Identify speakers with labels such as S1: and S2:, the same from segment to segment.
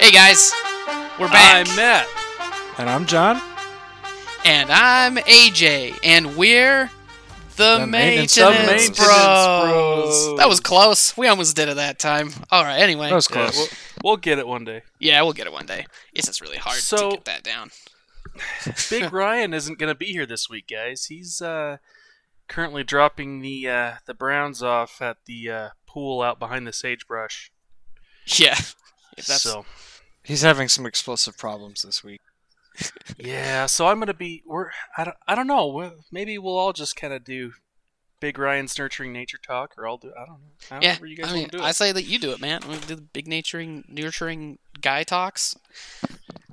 S1: Hey guys, we're back.
S2: I'm Matt.
S3: And I'm John.
S1: And I'm AJ, and we're the,
S3: The
S1: maintenance,
S3: maintenance-
S2: The
S1: bros.
S2: Maintenance Bros.
S1: That was close. We almost did it that time. All right. Anyway,
S3: That was
S2: Yeah,
S3: close.
S2: we'll, we'll get it one day.
S1: yeah, we'll get it one day. It's just really hard
S2: So-
S1: to get that down.
S2: Big Ryan isn't going to be here this week, guys. He's uh, currently dropping the uh, the Browns off at the uh, pool out behind the sagebrush.
S1: Yeah. If that's
S2: So
S3: He's having some explosive problems this week.
S2: yeah, so I'm going to be. We're I don't, I don't know. We'll- Maybe we'll all just kind of do Big Ryan's nurturing nature talk, or I'll do. I don't know. I don't
S1: yeah.
S2: know where you guys
S1: I
S2: wanna
S1: mean,
S2: do it.
S1: I say that you do it, man. We do the big naturing, nurturing guy talks.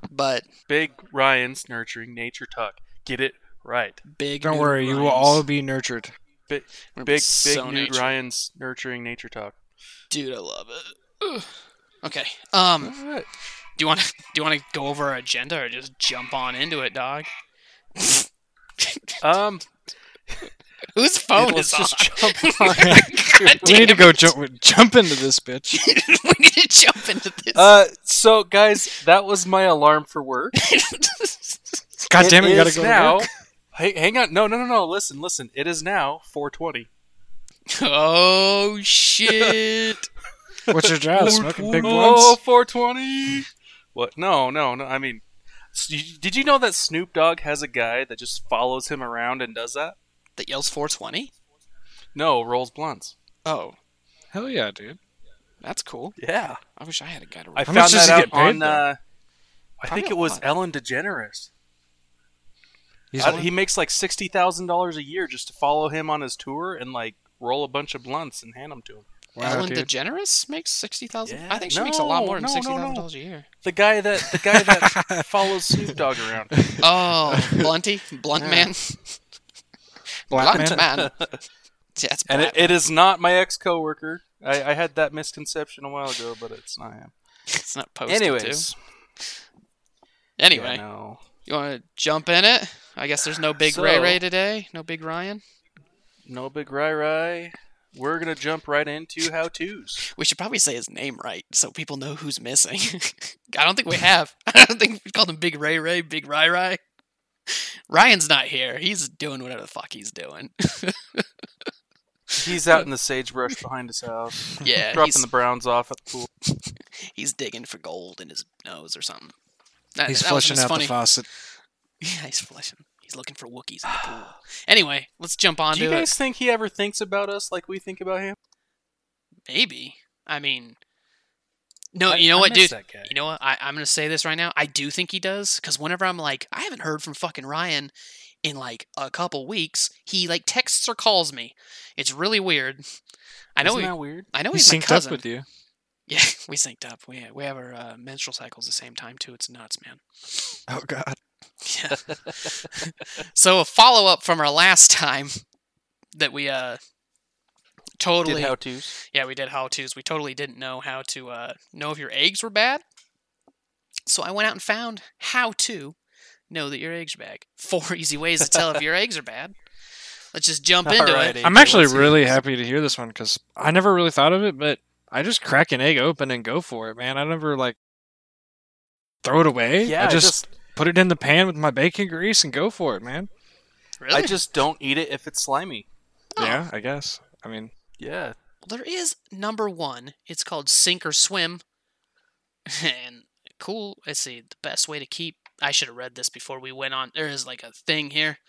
S1: But
S2: Big Ryan's nurturing nature talk. Get it right.
S1: big.
S3: Don't
S1: nude
S3: worry, you will
S1: rhymes.
S3: all be nurtured.
S2: Big
S1: We're
S2: big
S1: so
S2: big nude
S1: nature-
S2: Ryan's nurturing nature talk.
S1: Dude, I love it. Ugh. Okay. Um.
S2: All right.
S1: Do you want to do you want to go over our agenda or just jump on into it, dog?
S2: Um.
S1: Whose phone is
S2: Let's
S1: Oh, on?
S2: just jump on
S1: God
S3: We need to
S1: damn
S3: go
S1: it.
S3: jump jump into this bitch.
S1: we need to jump into this.
S2: Uh, so guys, that was my alarm for work.
S3: God damn it, you gotta
S2: is
S3: go. to
S2: now.
S3: work.
S2: Hey, hang on. No, no, no, no. Listen, listen. It is now 4:20.
S1: oh shit!
S3: What's your job? Smoking big
S2: Oh,
S3: ones?
S2: 4:20. What? No, no, no. I mean, s- you- did you know that Snoop Dogg has a guy that just follows him around and does that?
S1: that yells 420.
S2: No, rolls blunts.
S1: Oh,
S3: Hell yeah, dude.
S1: that's cool.
S2: Yeah,
S1: I wish I had a guy to.
S2: I
S3: How
S2: found
S3: much
S2: that
S3: does he
S2: out
S3: get paid,
S2: on.
S3: though?
S2: Uh, I
S1: Probably
S2: think
S1: a
S2: it was
S1: lot.
S2: Ellen DeGeneres.
S3: He's
S2: I- he makes like sixty thousand dollars a year just to follow him on his tour and like roll a bunch of blunts and hand them to him.
S3: wow,
S1: Ellen
S3: dude.
S1: DeGeneres makes sixty thousand.
S2: Yeah,
S1: I think she makes a lot
S2: no,
S1: more than
S2: no, no,
S1: sixty thousand
S2: no.
S1: dollars a year.
S2: The guy that the guy that follows Snoop Dogg around.
S1: Oh, Blunty, Blunt
S2: Yeah.
S1: Man,
S3: Black
S1: Blunt
S3: man?
S1: Man. Yeah, that's
S2: And
S1: Blunt
S2: it, it is not my ex coworker. I, I had that misconception a while ago, but it's not him.
S1: It's not posted. Anyways,
S2: Anyways.
S1: anyway,
S2: Yeah, no.
S1: you want to jump in it? I guess there's no big
S2: So-
S1: Ray Ray today. No big Ryan.
S2: No big rai rai. We're gonna jump right into how to's.
S1: We should probably say his name right so people know who's missing. I don't think we have. I don't think we called him Big Ray Ray, Big Rai Rai. Ryan's not here. He's doing whatever the fuck he's doing.
S2: He's out in the sagebrush behind his house,
S1: yeah,
S2: dropping
S1: he's,
S2: the Browns off at the pool.
S1: he's digging for gold in his nose or something. That,
S3: He's
S1: that was
S3: flushing
S1: just
S3: out
S1: funny.
S3: the faucet.
S1: yeah, he's flushing. He's looking for Wookiees in the pool. Anyway, let's jump on
S2: Do
S1: to
S2: you
S1: it.
S2: guys think he ever thinks about us like we think about him?
S1: Maybe. I mean, no,
S2: I-
S1: you know
S2: I
S1: what, dude?
S2: miss that guy.
S1: You know what? I, I'm gonna say this right now. I do think he does because whenever I'm like, I haven't heard from fucking Ryan in like a couple weeks. He like texts or calls me. It's really weird. I know.
S2: Isn't
S1: He,
S2: that weird?
S1: I know
S3: He
S1: he's my
S3: synced up
S1: cousin.
S3: with you.
S1: Yeah, we synced up. We we have our uh, menstrual cycles the same time too. It's nuts, man.
S3: Oh god.
S1: Yeah. so a follow up from our last time that we uh totally
S2: Did how to's.
S1: yeah, we did how to's. We totally didn't know how to uh, know if your eggs were bad. So I went out and found how to know that your eggs are bad. Four easy ways to tell if your eggs are bad. Let's just jump into it.
S2: Alrighty.
S3: I'm
S2: Okay,
S3: actually
S2: let's hear
S3: really
S2: this.
S3: happy to hear this one because I never really thought of it, but I just crack an egg open and go for it, man. I never like throw it away.
S2: Yeah,
S3: I just put it in the pan with my bacon grease and go for it, man.
S1: Really?
S2: I just don't eat it if it's slimy.
S1: Oh.
S3: Yeah, I guess. I mean,
S2: Yeah,
S1: Well, there is number one. It's called Sink or Swim. And cool. Let's see. The best way to keep. I should have read this before we went on. There is like a thing here.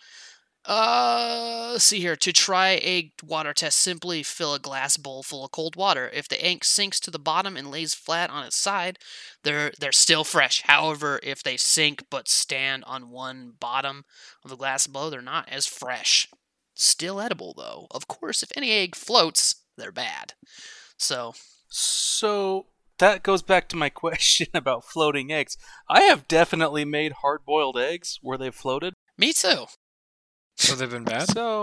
S1: Uh, let's see here. To try a water test, simply fill a glass bowl full of cold water. If the egg sinks to the bottom and lays flat on its side, they're they're still fresh. However, if they sink but stand on one bottom of the glass below, they're not as fresh. Still edible though. Of course, if any egg floats, they're bad. So
S2: So that goes back to my question about floating eggs. I have definitely made hard boiled eggs where they've floated.
S1: me too.
S3: so they've been bad.
S2: So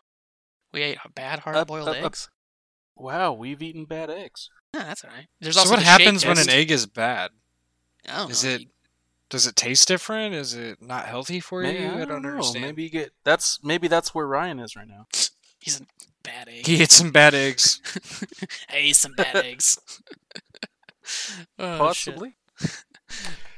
S1: We ate bad
S3: Uh,
S1: hard
S2: up-
S1: boiled
S2: up- up-
S1: eggs.
S2: Wow, we've eaten bad eggs.
S1: Nah, that's all right. There's
S3: So
S1: also
S3: what
S1: the shake
S3: happens when
S1: test. Oh,
S3: an egg is bad?
S1: I don't
S3: Is
S1: know.
S3: it does it taste different? Is it not healthy for
S2: Maybe,
S3: you?
S2: I don't know.
S3: understand.
S2: Maybe you get that's maybe that's where Ryan is right now.
S1: He's a bad egg.
S3: He ate some bad eggs.
S1: I ate some bad eggs. oh, shit.
S2: Possibly.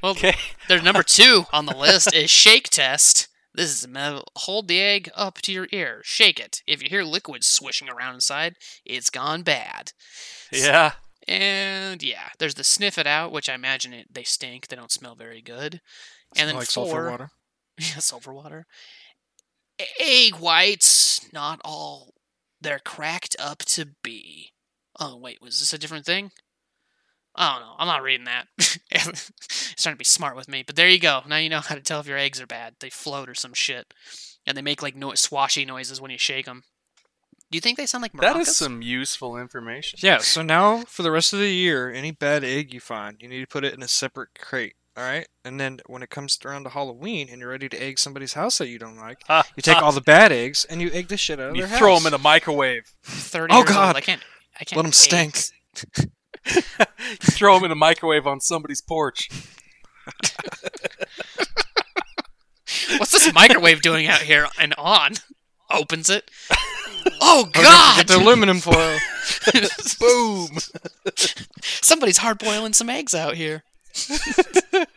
S1: Well,
S2: Okay.
S1: their number two on the list is shake test. This is a metal. Hold the egg up to your ear. Shake it. If you hear liquid swishing around inside, it's gone bad.
S2: Yeah.
S1: And yeah, there's the sniff it out, which I imagine it, they stink. They don't smell very good. And then
S3: like
S1: four,
S3: sulfur water.
S1: yeah, sulfur water. E- Egg whites, not all. They're cracked up to be. Oh, wait, was this a different thing? I don't know. I'm not reading that. it's trying to be smart with me. But there you go. Now you know how to tell if your eggs are bad. They float or some shit. And they make like no- swashy noises when you shake them. Do you think they sound like maracas?
S2: That is some useful information.
S3: Yeah, so now for the rest of the year, any bad egg you find, you need to put it in a separate crate. All right, and then when it comes around to Halloween and you're ready to egg somebody's house that you don't like,
S2: Ah,
S3: you take
S1: Uh.
S2: ah,
S3: all the bad eggs and you egg the shit out of
S2: and you
S3: their
S2: throw
S3: house.
S2: them in a microwave.
S1: 30
S3: Oh,
S1: years old.
S3: God.
S1: I can't. I can't
S3: Let 'em
S1: egg.
S3: stink.
S2: you throw them in a microwave on somebody's porch.
S1: What's this microwave doing out here? And on opens it. Oh
S3: Oh, don't
S1: God!
S3: forget the aluminum foil.
S2: Boom.
S1: Somebody's hard boiling some eggs out here.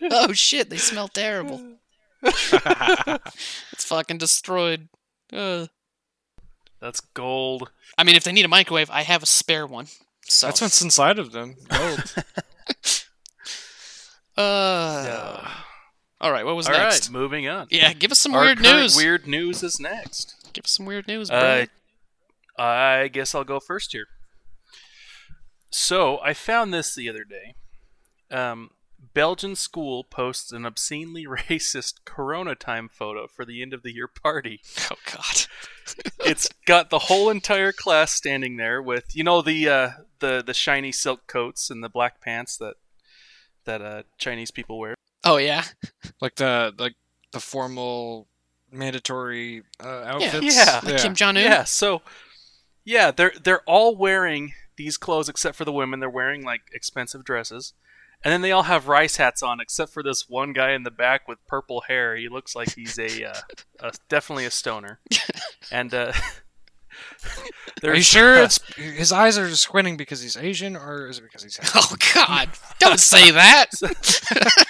S1: oh shit! They smell terrible. It's fucking destroyed. Ugh.
S2: That's gold.
S1: I mean, if they need a microwave, I have a spare one. So
S3: That's what's inside of them. Gold.
S1: Uh,
S2: Yeah.
S1: All right. What was
S2: All right,
S1: next?
S2: moving on.
S1: Yeah, give us some
S2: Our
S1: weird
S2: current
S1: news.
S2: Weird news is next.
S1: Give us some weird news, bro.
S2: Uh, I guess I'll go first here. So I found this the other day. Um, Belgian school posts an obscenely racist Corona time photo for the end of the year party.
S1: oh God.
S2: It's got the whole entire class standing there with you know the uh, the the shiny silk coats and the black pants that that uh, Chinese people wear.
S1: Oh yeah.
S3: like the like the formal mandatory uh, outfits.
S2: Yeah.
S1: Like Kim Jong Un.
S2: Yeah, so yeah, they're they're all wearing these clothes except for the women. They're wearing like expensive dresses. And then they all have rice hats on, except for this one guy in the back with purple hair. He looks like he's a, uh, a definitely a stoner. And uh,
S3: Are you
S2: there's-
S3: sure it's his eyes are just squinting because he's Asian, or is it because he's? Asian?
S1: Oh God! Don't say that.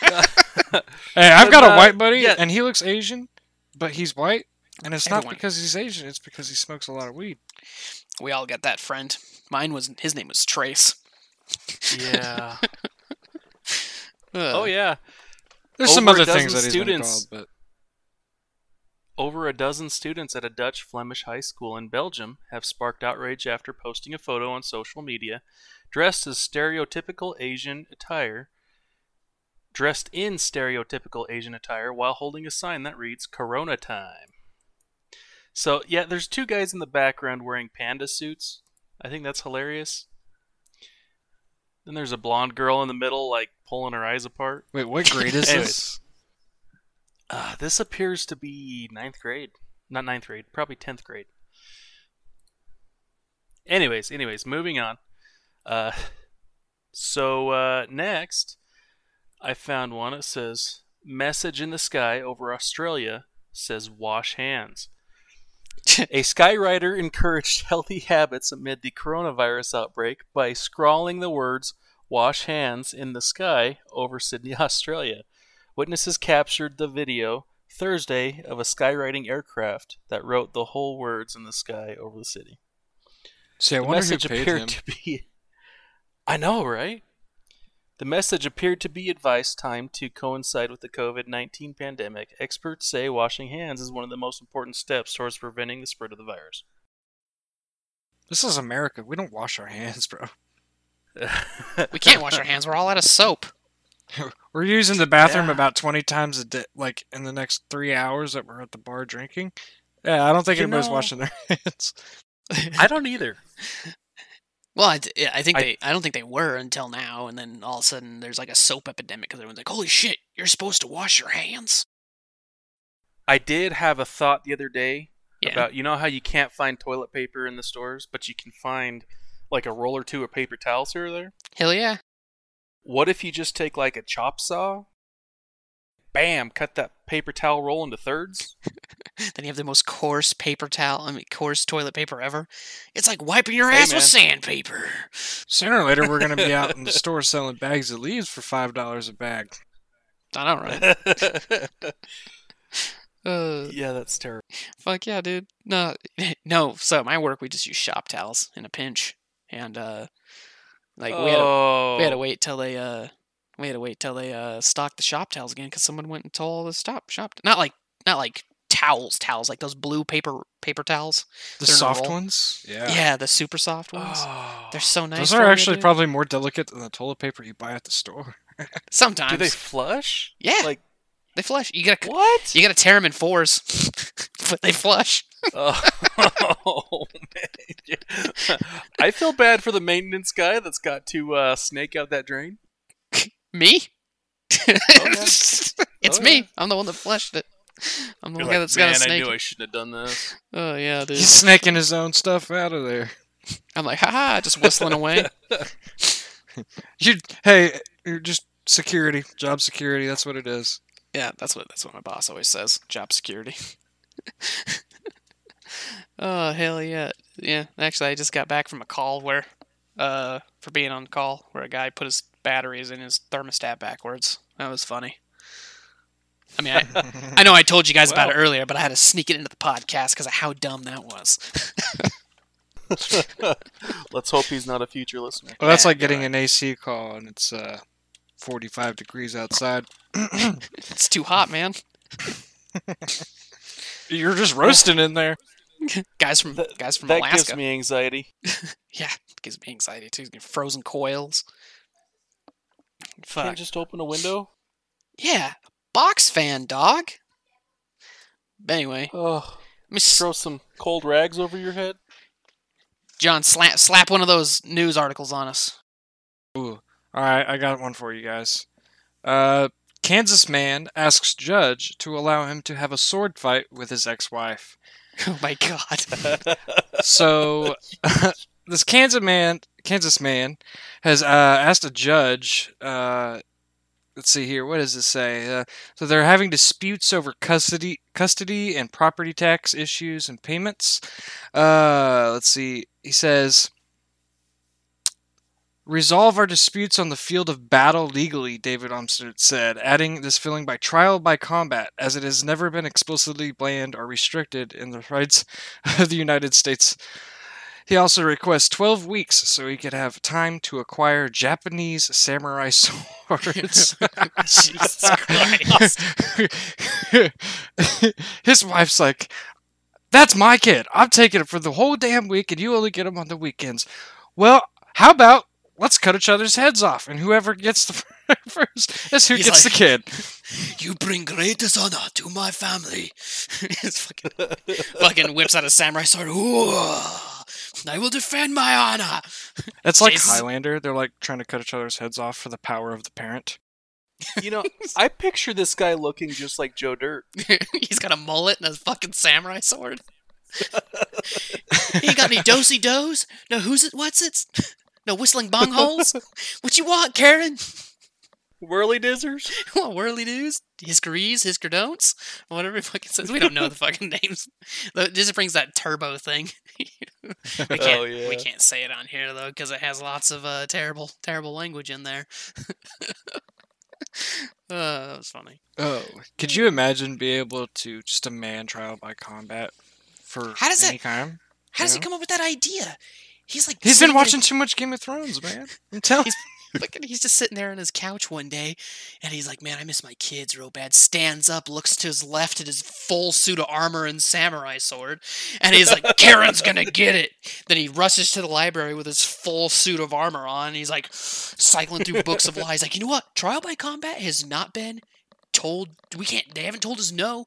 S3: Hey, I've got
S2: Uh,
S3: a white buddy,
S2: yeah.
S3: and he looks Asian, but he's white, and it's not
S1: Everyone.
S3: because he's Asian; it's because he smokes a lot of weed.
S1: We all got that friend. Mine was his name was Trace.
S2: yeah?
S1: Ugh.
S2: Oh yeah,
S3: There's some
S2: Over a
S3: other things that
S2: dozen
S3: he's been
S2: students.
S3: called, but
S2: Over a dozen students at a Dutch Flemish high school in Belgium have sparked outrage after posting a photo on social media dressed as stereotypical Asian attire, dressed in stereotypical Asian attire while holding a sign that reads Corona time. So, yeah, there's two guys in the background wearing panda suits. I think that's hilarious. Then there's a blonde girl in the middle like pulling her eyes apart.
S3: wait, what grade is
S2: Anyways.
S3: this?
S2: Uh, this appears to be ninth grade. Not ninth grade, probably tenth grade. Anyways, anyways, moving on. Uh, so uh, next, I found one. It says "Message in the sky over Australia says wash hands." A skywriter encouraged healthy habits amid the coronavirus outbreak by scrawling the words "wash hands" in the sky over Sydney, Australia. Witnesses captured the video Thursday of a skywriting aircraft that wrote the whole words in the sky over the city.
S3: See, I
S2: the
S3: wonder who
S2: message
S3: paid
S2: appeared
S3: him.
S2: to be. I know, right? The message appeared to be advice timed to coincide with the COVID 19 pandemic. Experts say washing hands is one of the most important steps towards preventing the spread of the virus.
S3: This is America. We don't wash our hands, bro.
S1: we can't wash our hands. We're all out of soap.
S3: We're using the bathroom
S2: Yeah.
S3: about 20 times a day, like in the next three hours that we're at the bar drinking. Yeah, I don't think
S2: You
S3: anybody's
S2: know-
S3: washing their hands.
S2: I don't either.
S1: Well, I, d- yeah, I think
S2: I-
S1: they. I don't think they were until now, and then all of a sudden there's like a soap epidemic because everyone's like, "Holy shit, you're supposed to wash your hands."
S2: I did have a thought the other day
S1: Yeah.
S2: about you know how you can't find toilet paper in the stores, but you can find like a roll or two of paper towels here or there.
S1: Hell yeah.
S2: What if you just take like a chop saw, bam, cut that paper towel roll into thirds?
S1: Then you have the most coarse paper towel. I mean, coarse toilet paper ever. It's like wiping your
S2: Hey,
S1: ass with
S2: man.
S1: sandpaper.
S3: Sooner or later, we're going to be out in the store selling bags of leaves for $5 a bag.
S1: I know, right? Uh,
S2: yeah, that's terrible.
S1: fuck yeah, dude. No, no. So at my work, we just use shop towels in a pinch, and uh, like we had a,
S2: oh,
S1: we had to wait till they uh, we had to wait till they uh stocked the shop towels again because someone went and told all the stop shop not like not like towels towels like those blue paper paper towels.
S3: The
S1: They're in a
S3: soft
S1: roll.
S3: ones?
S1: Yeah, the super soft ones.
S2: Oh.
S1: They're so nice.
S3: Those
S1: for
S3: are
S1: you,
S3: actually
S1: dude.
S3: probably more delicate than the toilet paper you buy at the store.
S1: sometimes
S2: Do they flush?
S1: yeah
S2: like-
S1: they flush. You gotta
S2: What?
S1: you gotta tear them in fours, but they flush.
S2: oh, man. I feel bad for the maintenance guy that's got to uh, snake out that drain.
S1: Me? it's
S2: Oh,
S1: me.
S2: yeah.
S1: I'm the one that flushed it. I'm the
S2: You're
S1: one
S2: like,
S1: that's
S2: Man,
S1: got a snake.
S2: I knew I shouldn't have done this.
S1: Oh yeah, dude.
S3: He's snaking his own stuff out of there.
S1: I'm like, haha, just whistling away.
S3: You, hey, you're just security, job security. That's what it is.
S1: yeah, that's what that's what my boss always says. Job security. oh hell yeah, yeah. Actually, I just got back from a call where, uh, for being on call where a guy put his batteries in his thermostat backwards. That was funny. I mean, I, I know I told you guys about it earlier, but I had to sneak it into the podcast because of how dumb that was.
S2: Let's hope he's not a future listener.
S3: Well, Oh, that's
S1: Yeah,
S3: like
S1: you're
S3: getting an AC call and it's uh, 45 degrees outside.
S1: It's too hot, man.
S3: You're just roasting in there.
S1: Guys from
S2: That-
S1: guys from
S2: that
S1: Alaska.
S2: gives me anxiety.
S1: Yeah, gives me anxiety too. Frozen coils.
S2: Can't
S1: Fuck.
S2: just open a window.
S1: Yeah, box fan, dog. But anyway,
S2: Oh,
S1: let me s-
S2: throw some cold rags over your head.
S1: John slap slap one of those news articles on us.
S3: Ooh. All right, I got one for you guys. Uh, Kansas man asks judge to allow him to have a sword fight with his ex-wife.
S1: Oh my god.
S3: So this Kansas man, Kansas man, has uh, asked a judge. Uh, let's see here. What does it say? Uh, so they're having disputes over custody, custody and property tax issues and payments. Uh, let's see. He says. Resolve our disputes on the field of battle legally, David Olmsted said, adding this feeling by trial by combat, as it has never been explicitly banned or restricted in the rights of the United States he also requests 12 weeks so he could have time to acquire Japanese samurai swords.
S1: Jesus Christ.
S3: His wife's like, That's my kid. I'm taking it for the whole damn week, and you only get him on the weekends. Well, how about let's cut each other's heads off, and whoever gets the first is who
S1: He's
S3: gets
S1: like-
S3: the kid.
S1: You bring great dishonor to my family. It's fucking, fucking whips out a samurai sword. Ooh, I will defend my honor.
S3: It's like
S1: Jesus.
S3: Highlander. They're like trying to cut each other's heads off for the power of the parent.
S2: You know, I picture this guy looking just like Joe Dirt.
S1: He's got a mullet and a fucking samurai sword. he got any dosey does? No who's it? What's it? No whistling bung holes? What you want, Karen?
S2: Whirly dizzers?
S1: What whirly doos? His grees, his don'ts, whatever he fucking says. We don't know the fucking names. Though It just brings that turbo thing. we can't.
S2: Oh, yeah.
S1: We can't say it on here though because it has lots of uh, terrible, terrible language in there. uh, that was funny.
S3: Oh, could you imagine being able to just a man trial by combat for
S1: How does
S3: any
S1: it-
S3: time?
S1: How does he
S3: Yeah.
S1: come up with that idea? He's like
S3: He's been
S1: sitting there-
S3: watching too much Game of Thrones, man. I'm telling
S1: He's- Fucking, he's just sitting there on his couch one day, and he's like, "Man, I miss my kids real bad." Stands up, looks to his left at his full suit of armor and samurai sword, and he's like, "Karen's gonna get it." Then he rushes to the library with his full suit of armor on. And he's like, cycling through books of lies. Like, you know what? Trial by combat has not been told. We can't. They haven't told us no.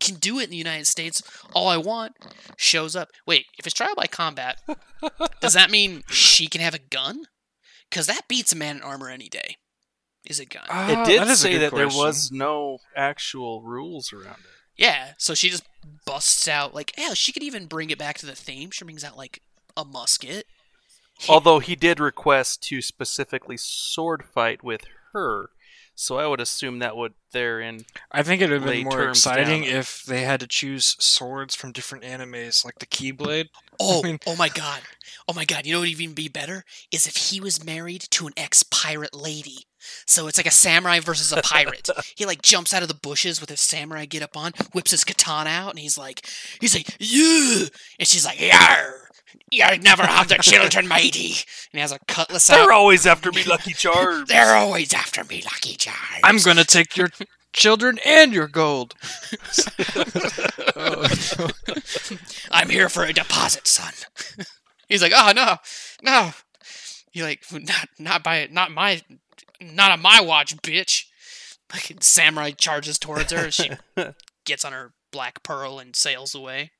S1: Can do it in the United States. All I want shows up. Wait, if it's trial by combat, does that mean she can have a gun? Because that beats a man in armor any day. Is a gun.
S3: Ah,
S2: It did
S3: that is a
S2: say
S3: good
S2: that there
S3: question.
S2: was no actual rules around it.
S1: Yeah, so she just busts out like hell. She could even bring it back to the theme. She brings out like a musket.
S2: Although he did request to specifically sword fight with her, so I would assume that would therein.
S3: I think it would have
S2: lay
S3: been more
S2: terms down.
S3: exciting if they had to choose swords from different animes, like the Keyblade.
S1: Oh,
S3: I mean-
S1: oh my god, oh my god! You know what would even be better is if he was married to an ex pirate lady. So it's like a samurai versus a pirate. he like jumps out of the bushes with his samurai get up on, whips his katana out, and he's like, he's like, you, and she's like, yar, you never have the children, matey. And he has a cutlass out.
S2: They're always after me, Lucky Charms.
S1: They're always after me, Lucky Charms.
S3: I'm gonna take your children and your gold. Oh.
S1: I'm here for a deposit, son. He's like, oh no, no. You're like, not not by not my not on my watch, bitch. Like samurai charges towards her. She gets on her black pearl and sails away.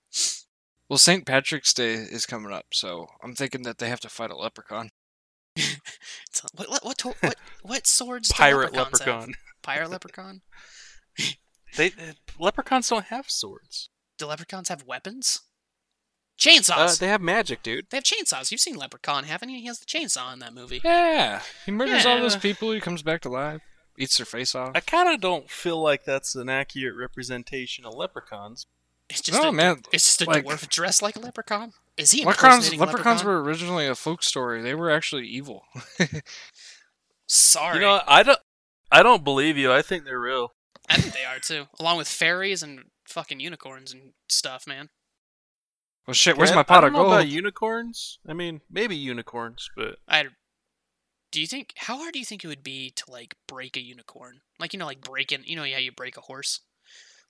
S3: Well, St. Patrick's Day is coming up, so I'm thinking that they have to fight a leprechaun.
S1: It's like, what what what to- what, what swords? do
S2: Pirate
S1: leprechauns have?
S2: leprechaun.
S1: Pirate leprechaun.
S2: They uh, leprechauns don't have swords.
S1: Do leprechauns have weapons?
S2: Uh,
S3: Uh,
S1: Chainsaws. they-,
S2: they have magic, dude.
S1: have chainsaws. You've seen Leprechaun, haven't you? He has the chainsaw in that movie.
S3: Yeah, he murders all those
S2: Yeah.
S3: people. He comes back to life, eats their face off.
S2: I kind of don't feel like that's an accurate representation of leprechauns.
S1: It's just
S3: no,
S1: a,
S3: man.
S1: It's just a
S3: like-
S1: dwarf dressed like a leprechaun. Is he
S3: Leprechauns,
S1: impersonating
S3: leprechauns
S1: leprechaun?
S3: were originally a folk story. They were actually evil.
S1: Sorry,
S2: you know, I don't. I don't believe you. I think they're real.
S1: I think they are too, along with fairies and fucking unicorns and stuff, man.
S3: Well, shit, where's
S2: Yeah,
S3: my pot
S2: I
S3: of
S2: don't know
S3: gold?
S2: About unicorns? I mean, maybe unicorns, but
S1: I do you think how hard do you think it would be to like break a unicorn? Like you know, like breaking, you know, yeah, you break a horse,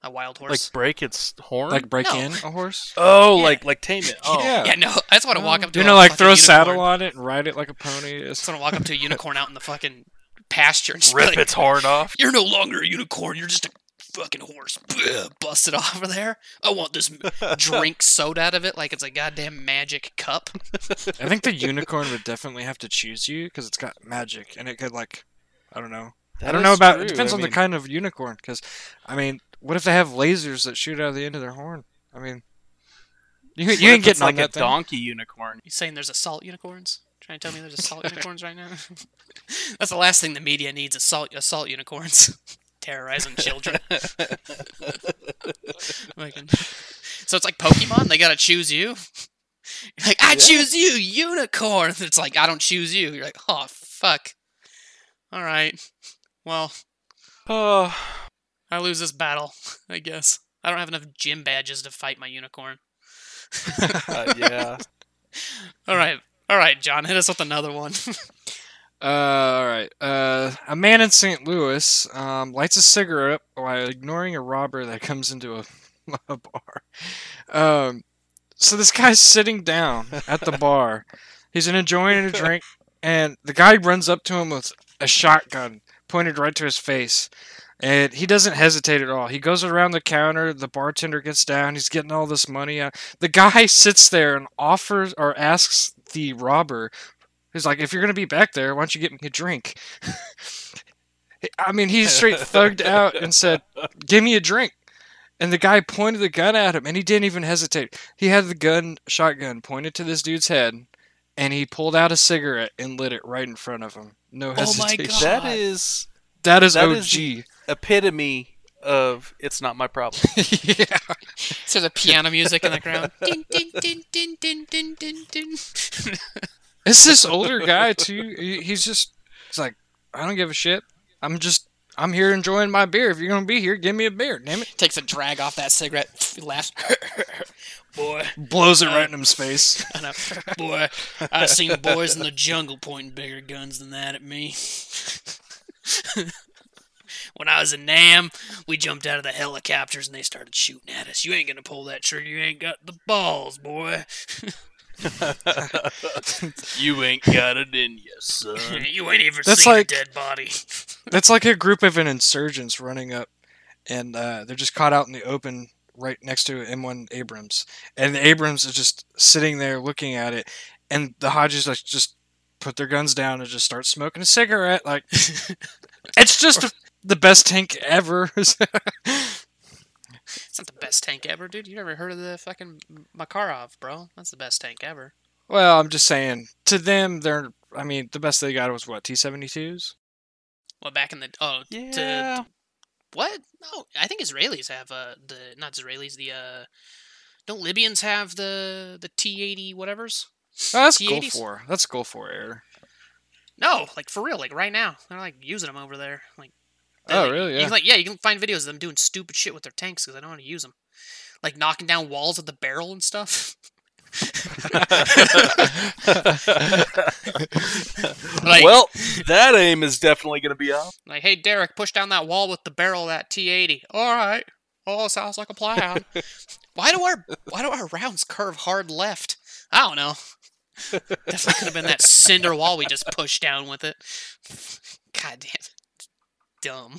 S1: a wild horse.
S2: like break its horn.
S3: Like break
S1: No.
S3: in a horse?
S2: oh,
S1: Yeah.
S2: like like tame it. Oh,
S3: Yeah.
S1: yeah, no, I just want to walk
S3: No.
S1: up to
S3: you
S1: a
S3: know, like
S1: fucking
S3: throw a
S1: unicorn.
S3: saddle on it and ride it like a pony.
S1: I
S3: It's-
S1: just want to walk up to a unicorn out in the fucking pasture and just be
S2: rip
S1: like,
S2: its horn off.
S1: You're no longer a unicorn. You're just a fucking horse. Bleh, Bust it off of there. I want this drink soda out of it like it's a goddamn magic cup.
S3: I think the unicorn would definitely have to choose you because it's got magic and it could like, I don't know. I
S2: That
S3: don't know
S2: is
S3: about.
S2: true,
S3: It depends
S2: I
S3: on
S2: mean-
S3: the kind of unicorn. Because, I mean, what if they have lasers that shoot out of the end of their horn? I mean, you,
S2: What
S3: you
S2: if
S3: ain't
S2: it's
S3: getting
S2: like
S3: on that
S2: a
S3: thing.
S2: donkey unicorn.
S1: You saying there's assault unicorns? Trying to tell me there's assault unicorns right now? That's the last thing the media needs: assault assault unicorns terrorizing children. Fucking- so it's like Pokemon. They gotta choose you. You're like I
S2: Yeah.
S1: choose you, unicorn. It's like I don't choose you. You're like oh fuck. All right. Well,
S2: Oh,
S1: I lose this battle. I guess I don't have enough gym badges to fight my unicorn.
S2: uh, yeah.
S1: All right. All right, John, hit us with another one.
S3: Uh, all right. Uh, a man in St. Louis um, lights a cigarette while ignoring a robber that comes into a, a bar. Um, so this guy's sitting down at the bar. He's enjoying a drink, and the guy runs up to him with a shotgun pointed right to his face. And he doesn't hesitate at all. He goes around the counter. The bartender gets down. He's getting all this money out. The guy sits there and offers or asks the robber He's like, if you're gonna be back there, why don't you get me a drink? I mean, he straight thugged out and said, "Give me a drink." And the guy pointed the gun at him, and he didn't even hesitate. He had the gun, shotgun, pointed to this dude's head, and he pulled out a cigarette and lit it right in front of him. No
S1: my
S3: hesitation.
S1: God.
S2: That is
S3: That is
S2: That
S3: OG.
S2: is epitome of it's not my problem.
S3: yeah.
S1: So the piano music in the ground. Din, din, din, din, din, din, din, din.
S3: It's this older guy too. He- He's just, he's like, I don't give a shit. I'm just, I'm here enjoying my beer. If you're gonna be here, give me a beer. Damn it!
S1: Takes a drag off that cigarette, laughs. boy,
S3: Blows it right in his face.
S1: I know. boy, I've seen boys in the jungle pointing bigger guns than that at me. when I was in Nam, we jumped out of the helicopters and they started shooting at us. You ain't gonna pull that trigger. You ain't got the balls, boy.
S2: you ain't got it in you, son.
S1: you ain't even
S3: That's
S1: seen
S3: like-
S1: a dead body.
S3: That's like a group of an insurgents running up, and uh, they're just caught out in the open right next to M1 Abrams, and the Abrams is just sitting there looking at it, and the Hodges like just put their guns down and just start smoking a cigarette. Like it's just the best tank ever.
S1: It's not the best tank ever, dude. You never heard of the fucking Makarov, bro? That's the best tank ever.
S3: well, I'm just saying to them, they're. I mean, the best they got was what T-72s.
S1: Well, back in the oh, t- t-
S2: Yeah.
S1: what? No, I think Israelis have uh the not Israelis the uh don't Libyans have the the T eighty whatever's
S3: Oh, that's Gulf
S1: T-80s?
S3: War. That's Gulf War air.
S1: No, like for real, like right now, they're like using them over there. Like, they,
S3: Oh,
S1: like-
S3: really?
S1: You
S3: Yeah.
S1: can, like, yeah, you can find videos of them doing stupid shit with their tanks because I don't want to use them, like knocking down walls with the barrel and stuff. Like-
S2: well, that aim is definitely going to be off.
S1: Like, hey, Derek, push down that wall with the barrel of that T80. All right. Oh, sounds like a plan. why do our why do our rounds curve hard left? I don't know. Definitely could have been that cinder wall we just pushed down with it. God damn it. Dumb.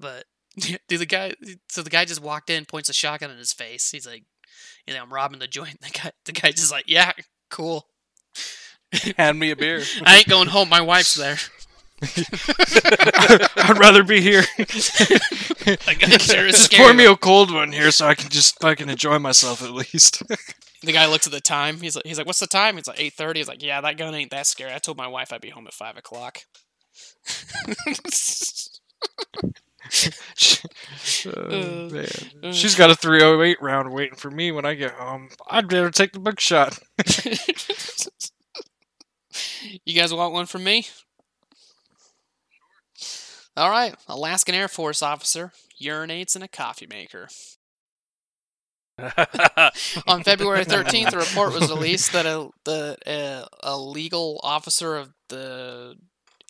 S1: But do the guy so the guy just walked in, points a shotgun in his face. He's like, you know, I'm robbing the joint. The guy the guy's just like, Yeah, cool.
S2: Hand me a beer.
S1: I ain't going home, my wife's there.
S3: I'd rather be here.
S1: Like, I'm sure it's
S3: just
S1: scary.
S3: pour me a cold one here so I can just fucking enjoy myself at least.
S1: The guy looks at the time. He's like, he's like, what's the time? It's like eight thirty. He's like, yeah, that gun ain't that scary. I told my wife I'd be home at five o'clock.
S3: Oh, man.
S1: uh.
S3: She's got a 308 round waiting for me when I get home. I'd better take the book shot.
S1: you guys want one from me? All right, Alaskan Air Force officer urinates in a coffee maker. On February 13th, a report was released that a the uh, a legal officer of the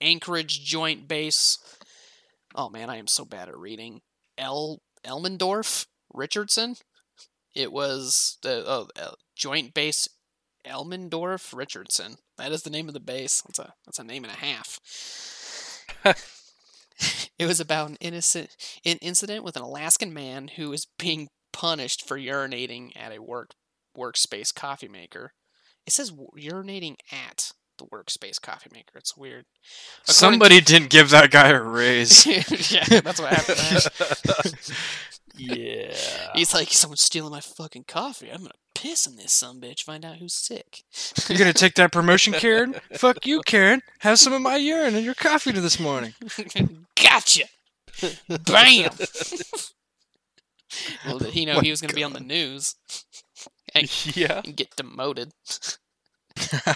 S1: Anchorage Joint Base. Oh man, I am so bad at reading. El Elmendorf Richardson. It was the oh, El- Joint Base Elmendorf Richardson. That is the name of the base. That's a that's a name and a half. it was about an innocent an incident with an Alaskan man who was being punished for urinating at a work workspace coffee maker. It says w- urinating at the workspace coffee maker. It's weird. According to-
S3: Somebody didn't give that guy a raise.
S1: yeah, that's what happened. to Ash.
S2: yeah.
S1: He's like, someone's stealing my fucking coffee. I'm gonna piss in this some bitch. Find out who's sick.
S3: You're gonna take that promotion, Karen? Fuck you, Karen. Have some of my urine in your coffee to this morning.
S1: gotcha. Bam. Well, did he know he was going to be on the news
S2: Yeah.
S1: and get demoted?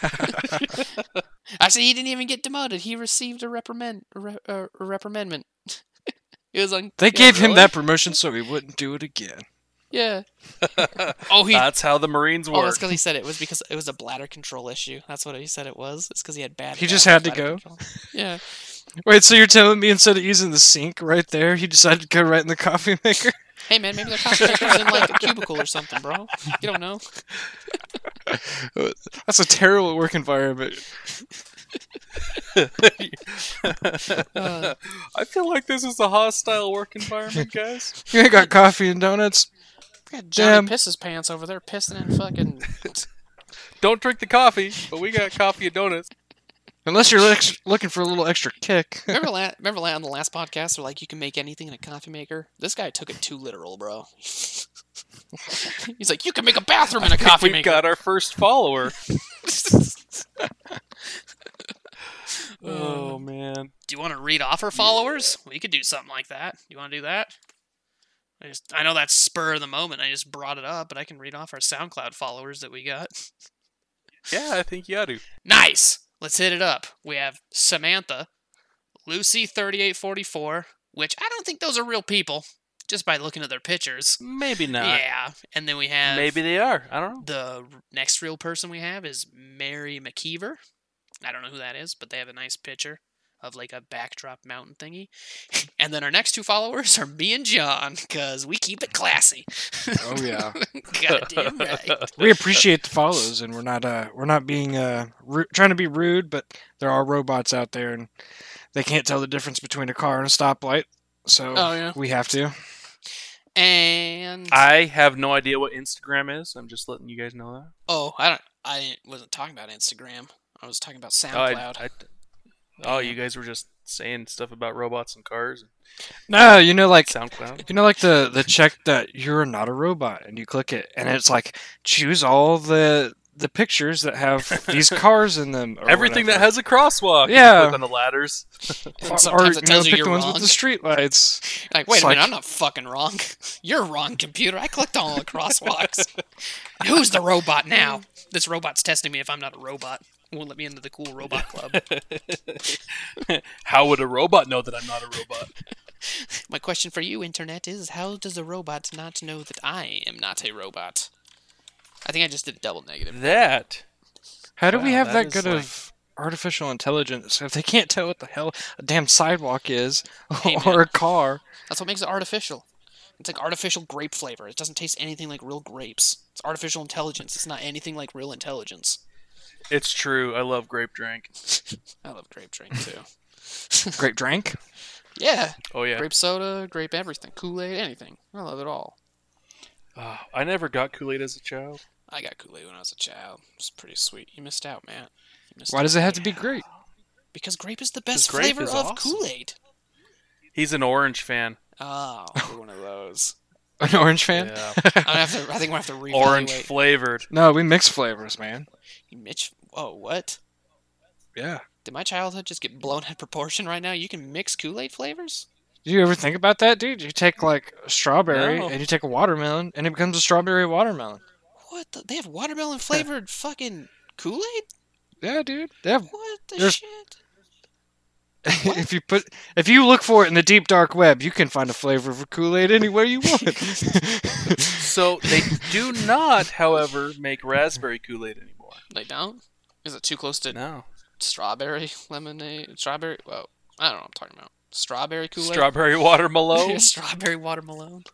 S1: Actually, he didn't even get demoted. He received a reprimand. A, re- uh, a reprimandment. it was on.
S3: They
S1: yeah,
S3: gave him
S2: really?
S3: that promotion so he wouldn't do it again.
S1: Yeah. Oh, he.
S2: That's how the Marines
S1: Oh,
S2: work.
S1: that's because he said it was because it was a bladder control issue. That's what he said it was. It's because he had bad.
S3: He just
S1: bladder-
S3: had to
S1: bladder
S3: go?
S1: control. Yeah.
S3: Wait, so you're telling me instead of using the sink right there, he decided to go right in the coffee maker?
S1: Hey man, maybe their coffee maker's in like a cubicle or something, bro. You don't know.
S3: That's a terrible work environment.
S1: Uh,
S2: I feel like this is a hostile work environment, guys.
S3: You ain't got coffee and donuts.
S1: God, Johnny
S3: Damn.
S1: pisses pants over there, pissing in fucking.
S2: Don't drink the coffee, but we got coffee and donuts.
S3: Unless you're lex- looking for a little extra kick.
S1: Remember, la- remember la- on the last podcast, they're like, you can make anything in a coffee maker. This guy took it too literal, bro. He's like, you can make a bathroom in a coffee
S2: We've
S1: maker.
S2: got our first follower.
S1: Oh,
S2: man.
S1: do you want to read off our followers? We could do something like that. You want to do that? I just, I know that's spur of the moment. I just brought it up, but I can read off our SoundCloud followers that we got.
S2: Yeah, I think you ought to.
S1: Nice. Let's hit it up. We have Samantha, Lucy thirty eight forty four, which I don't think those are real people, just by looking at their pictures.
S2: Maybe not.
S1: yeah, and then we have
S2: Maybe they are. I don't know.
S1: the r- next real person we have is Mary McKeever. I don't know who that is, but they have a nice picture of like a backdrop mountain thingy. and then our next two followers are me and John, because we keep it classy.
S3: Oh yeah.
S1: Goddamn right.
S3: We appreciate the follows, and we're not uh we're not being uh ru- trying to be rude, but there are robots out there, and they can't tell the difference between a car and a stoplight, so
S1: Oh yeah.
S3: we have to.
S1: And
S2: I have no idea what Instagram is. I'm just letting you guys know that.
S1: oh, I don't. I didn't- wasn't talking about Instagram. I was talking about
S2: Oh, I-
S1: SoundCloud.
S2: I- oh, you guys were just saying stuff about robots and cars and
S3: No, you know, like
S2: SoundCloud.
S3: You know, like the the check that you're not a robot, and you click it, and it's like choose all the the pictures that have these cars in them. or
S2: Everything that
S3: whatever.
S2: has a crosswalk.
S3: Yeah.
S2: Up on the ladders.
S1: And sometimes
S3: or,
S1: it tells
S3: you,
S1: you,
S3: know, pick
S1: you're
S3: the ones
S1: wrong.
S3: with the street lights.
S1: like, wait
S3: it's
S1: a minute,
S3: like-
S1: I'm not fucking wrong. You're wrong, computer. I clicked on all the crosswalks. Who's the robot now? This robot's testing me if I'm not a robot. won't let me into the cool robot club.
S2: How would a robot know that I'm not a robot?
S1: My question for you, Internet, is how does a robot not know that I am not a robot? I think I just did a double negative.
S2: that
S3: How do we
S2: Wow,
S3: have
S2: that
S3: that,
S2: is
S3: good of artificial intelligence if they can't tell what the hell a damn sidewalk is
S1: Hey, man.
S3: or a car?
S1: That's what makes it artificial. It's like artificial grape flavor. It doesn't taste anything like real grapes. It's artificial intelligence. It's not anything like real intelligence.
S2: it's true. I love grape drink.
S1: I love grape drink too.
S3: Grape drink?
S1: yeah,
S2: Oh yeah.
S1: grape soda, grape everything, Kool Aid, anything. I love it all.
S2: Ah, I never got Kool-Aid as a child.
S1: I got Kool Aid when I was a child. It's pretty sweet. You missed out, Matt. You missed
S3: Why
S1: out.
S3: does it have to be grape?
S1: Because grape is the best
S2: grape
S1: flavor
S2: is
S1: of
S2: awesome.
S1: Kool Aid.
S2: He's an orange fan.
S1: Oh, we're one of those.
S3: An orange fan?
S2: Yeah.
S1: I'm gonna have to, I think we have to reevaluate.
S2: orange flavored.
S3: No, we mix flavors, man.
S1: Mitch, whoa, what?
S3: Yeah.
S1: Did my childhood just get blown out of proportion right now? You can mix Kool Aid flavors?
S3: Do you ever think about that, dude? You take like a strawberry
S2: No.
S3: and you take a watermelon and it becomes a strawberry watermelon.
S1: What? The, they have watermelon flavored fucking Kool Aid?
S3: Yeah, dude. They have
S1: What the
S3: There's-
S1: shit?
S3: if you put if you look for it in the deep dark web, you can find a flavor for Kool-Aid anywhere you want.
S2: So they do not, however, make raspberry Kool-Aid anymore.
S1: They don't? Is it too close to
S2: No.
S1: strawberry lemonade? Strawberry? Whoa. I don't know what I'm talking about. Strawberry Kool Aid?
S2: Strawberry watermelon.
S1: strawberry watermelon.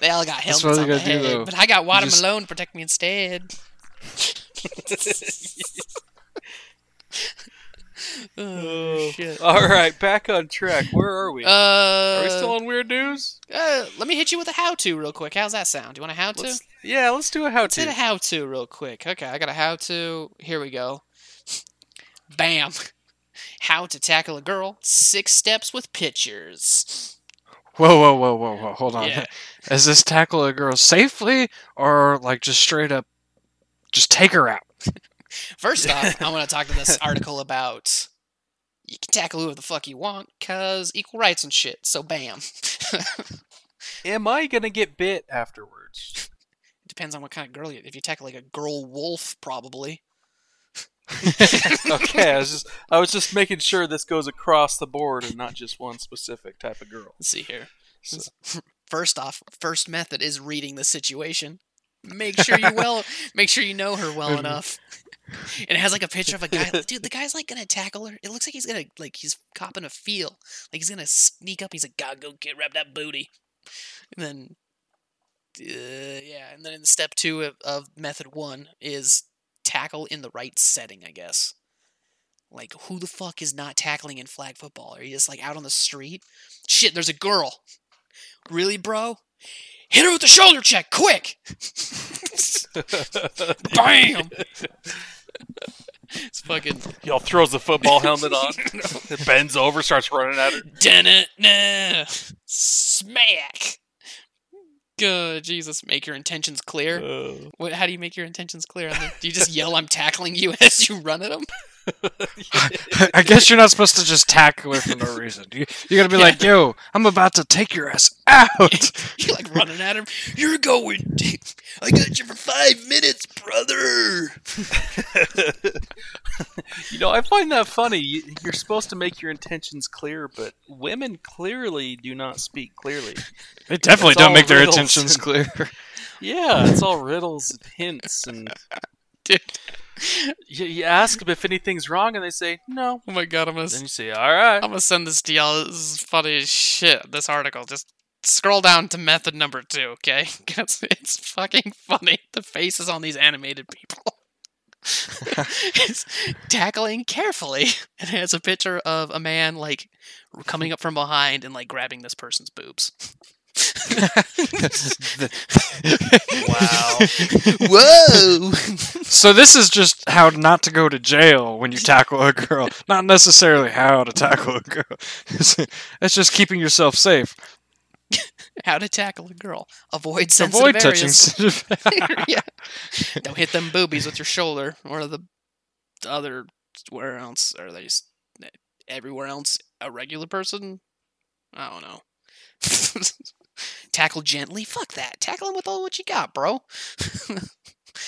S1: They all got
S3: That's
S1: helmets
S3: what
S1: on
S3: they
S1: their
S3: gotta do,
S1: head,
S3: though.
S1: but I got
S3: You just-
S1: watermelon to protect me instead. oh, shit.
S2: All right, back on track. Where are we?
S1: Uh,
S2: Uh, are we still on weird news?
S1: uh, let me hit you with a how-to real quick. How's that sound? Do you want a how-to?
S2: Let's, yeah, let's do a how
S1: Let's hit a
S2: to.
S1: how to real quick. Okay, I got a how to. Here we go. Bam. How to tackle a girl. Six steps with pictures.
S3: Whoa, whoa, whoa, whoa, whoa! Hold on.
S1: Yeah.
S3: Is this tackle a girl safely or like just straight up, just take her out?
S1: First off, I want to talk to this article about you can tackle whoever the fuck you want because equal rights and shit. So bam.
S2: Am I gonna get bit afterwards?
S1: Depends on what kind of girl you. If you tackle like a girl wolf, probably.
S2: okay, I was just I was just making sure this goes across the board and not just one specific type of girl.
S1: Let's see here.
S2: So-
S1: First off, first method is reading the situation. Make sure you well make sure you know her well enough. And it has like a picture of a guy. Dude, the guy's like gonna tackle her. It looks like he's gonna like he's copping a feel. Like he's gonna sneak up. He's like, God, go get wrap that booty. And then, uh, yeah. And then in step two of, of method one is tackle in the right setting. I guess. Like who the fuck is not tackling in flag football? Are you just like out on the street? Shit, there's a girl. Really, bro? Hit her with the shoulder check, quick! Bam! it's fucking.
S2: Y'all throws the football helmet on, bends over, starts running at her.
S1: Dun-dun-dun. Smack! Good Jesus, make your intentions clear. What, how do you make your intentions clear? On the, do you just yell, I'm tackling you as you run at him?
S3: I guess you're not supposed to just tackle her for no reason. You you gotta be like, yo, I'm about to take your ass out.
S1: You're like running at him. You're going. I got you for five minutes, brother!
S2: You know, I find that funny. You- You're supposed to make your intentions clear, but women clearly do not speak clearly.
S3: They definitely
S2: It's
S3: don't
S2: all
S3: make their
S2: riddles
S3: intentions
S2: and-
S3: clear.
S2: Yeah, it's all riddles and hints, and
S1: Dude.
S2: you, you ask them if anything's wrong, and they say no.
S1: Oh my god, I'm gonna.
S2: Then you say, "All right."
S1: I'm gonna send this to y'all. This is funny as shit. This article. Just scroll down to method number two, okay? 'Cause it's fucking funny. The faces on these animated people. it's tackling carefully, and it has a picture of a man like coming up from behind and like grabbing this person's boobs.
S2: Wow.
S1: Whoa!
S3: so this is just how not to go to jail when you tackle a girl, not necessarily how to tackle a girl. That's just keeping yourself safe.
S1: How to tackle a girl? Avoid sensitive
S3: Avoid touching.
S1: areas.
S3: sensitive-
S1: yeah. Don't hit them boobies with your shoulder or the the other where else are they? s- Everywhere else, a regular person. I don't know. Tackle gently. Fuck that. Tackle him with all what you got, bro.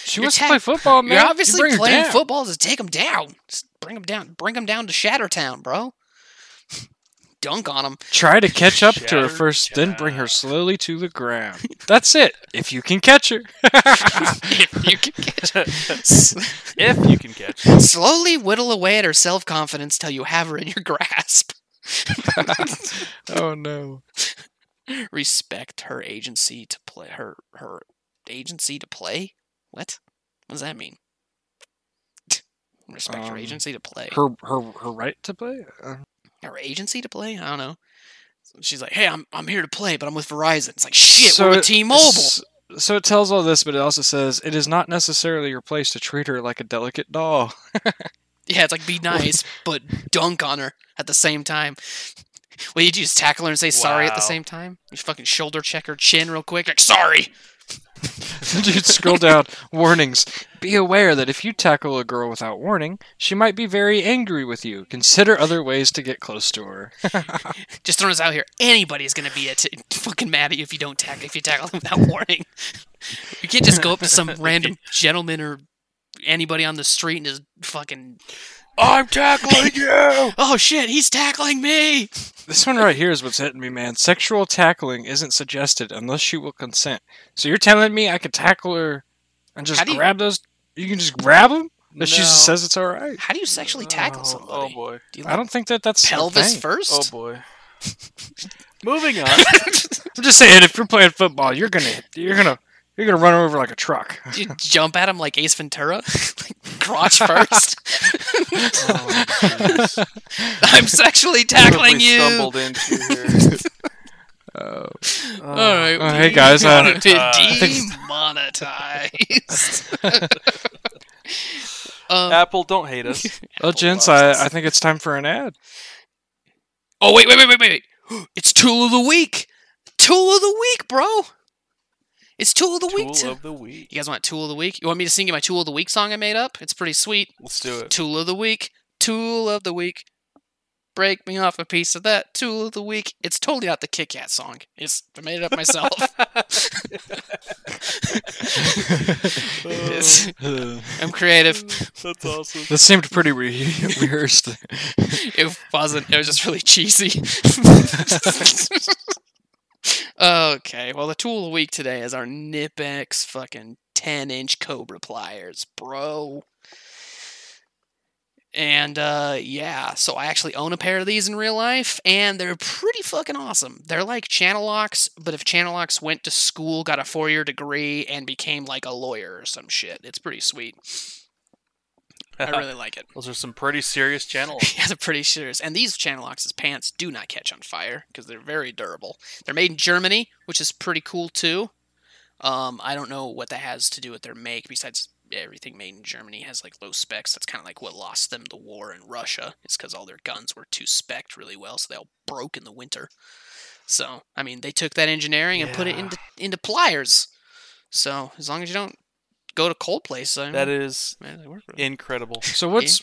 S3: She
S1: You're
S3: wants
S1: tag-
S3: to play football, man.
S1: You're
S3: You
S1: obviously
S3: bring her
S1: playing
S3: down.
S1: football to take them down. Just bring them down. Bring them down to Shattertown, bro. Dunk on them.
S3: Try to catch up to her
S2: Shattered
S3: first, then bring her
S2: down.
S3: slowly to the ground. That's it. If you can catch her.
S1: you can catch. S-
S2: if you can catch. it.
S1: slowly whittle away at her self confidence till you have her in your grasp.
S3: oh no.
S1: Respect her agency to play. Her her agency to play. What? What does that mean? Respect her
S3: Um,
S1: agency to play.
S3: Her her her right to play. Uh,
S1: Her agency to play. I don't know. She's like, hey, I'm I'm here to play, but I'm with Verizon. It's like, shit,
S3: So
S1: we're
S3: it-
S1: with T-Mobile.
S3: S- So it tells all this, but it also says it is not necessarily your place to treat her like a delicate doll.
S1: Yeah, it's like be nice, but dunk on her at the same time. Well, you just tackle her and say sorry at the
S2: Wow.
S1: same time? You fucking shoulder check her chin real quick, like sorry.
S3: Dude, scroll down. Warnings. Be aware that if you tackle a girl without warning, she might be very angry with you. Consider other ways to get close to her.
S1: Just throwing us out here. Anybody's gonna be at fucking mad at you if you don't tackle if you tackle them without warning. You can't just go up to some random gentleman or anybody on the street and just fucking
S2: I'm tackling you.
S1: oh shit, he's tackling me.
S3: This one right here is what's hitting me, man. Sexual tackling isn't suggested unless she will consent. So you're telling me I could tackle her and
S1: How
S3: just
S1: do you-
S3: grab those? You can just grab them if she
S2: No.
S3: just says it's all right.
S1: How do you sexually
S2: Oh,
S1: tackle
S2: Oh
S1: somebody?
S2: boy.
S1: do you
S3: I
S1: like
S3: don't think that that's a
S1: pelvis
S3: thing.
S1: first?
S2: Oh boy. Moving on.
S3: I'm just saying, if you're playing football, you're gonna you're gonna you're gonna run her over like a truck.
S1: you jump at him like Ace Ventura, like crotch first.
S2: Oh, jeez.
S1: I'm sexually
S2: What
S1: tackling
S2: have we
S1: you.
S2: Stumbled into
S3: Oh.
S2: here.
S1: All right.
S3: Oh, hey, guys, uh,
S1: demonetized. demonetized. um,
S3: Uh,
S2: Apple, don't hate us.
S3: Well,
S1: Apple
S3: gents,
S1: loves
S3: I,
S1: us.
S3: I think it's time for an ad.
S1: oh wait, wait, wait, wait, wait! It's tool of the week. Tool of the week, bro. It's tool of the week.
S2: Tool
S1: too.
S2: of the week.
S1: you guys want tool of the week? You want me to sing you my tool of the week song I made up? It's pretty sweet.
S2: Let's do it.
S1: Tool of the week. Tool of the week. Break me off a piece of that tool of the week. It's totally not the Kit Kat song. It's I made it up myself. It's-
S3: that
S1: I'm creative.
S2: Uh, That's awesome.
S3: seemed pretty re- rehearsed.
S1: it wasn't. It was just really cheesy. okay, well, the tool of the week today is our Nipex fucking 10 inch Cobra pliers, bro. And uh, yeah, so I actually own a pair of these in real life, and they're pretty fucking awesome. They're like channel locks, but if channel locks went to school, got a four year degree, and became like a lawyer or some shit, it's pretty sweet. I really like it.
S2: Those are some pretty serious channel.
S1: Yeah, they're pretty serious. And these Channellox's pants do not catch on fire because they're very durable. They're made in Germany, which is pretty cool too. Um, I don't know what that has to do with their make. Besides, everything made in Germany has like low specs. That's kind of like what lost them the war in Russia. Is because all their guns were too specced really well, so they all broke in the winter. So I mean, they took that engineering and put it
S2: Yeah.
S1: into into pliers. So as long as you don't go to cold place, I
S2: That is
S1: man, they work really
S2: incredible.
S3: So what's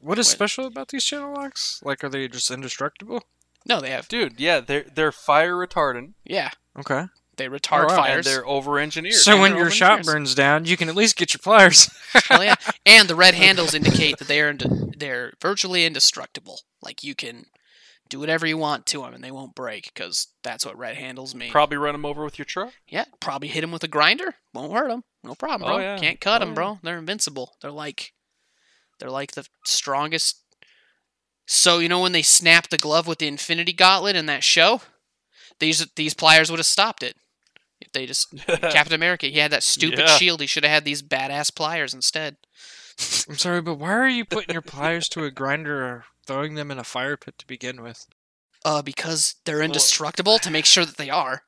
S3: what is
S1: Eh? What?
S3: special about these channel locks? Like, are they just indestructible?
S1: no, they have
S2: Dude, yeah, they're they're fire retardant
S1: yeah,
S3: Okay.
S1: they retard
S3: wow. And
S1: fires.
S2: and they're over engineered.
S3: So
S1: and
S3: when
S1: they're
S3: your
S1: open
S3: shop
S1: ears.
S3: burns down, you can at least get your pliers.
S1: Hell yeah! And the red handles indicate that they are ind- they're virtually indestructible. Like you can do whatever you want to them, and they won't break because that's what red handles mean.
S2: Probably run them over with your truck.
S1: yeah, probably hit them with a grinder. Won't hurt them. No problem,
S2: Oh,
S1: bro.
S2: yeah.
S1: Can't cut
S2: Oh,
S1: them, bro. They're invincible. They're like they're like the strongest. So you know when they snapped the glove with the Infinity Gauntlet in that show, these these pliers would have stopped it. If they just Captain America, he had that stupid
S2: Yeah.
S1: shield. He should have had these badass pliers instead.
S3: I'm sorry, but why are you putting your pliers to a grinder or throwing them in a fire pit to begin with?
S1: Uh, because they're
S2: Well-
S1: indestructible to make sure that they are.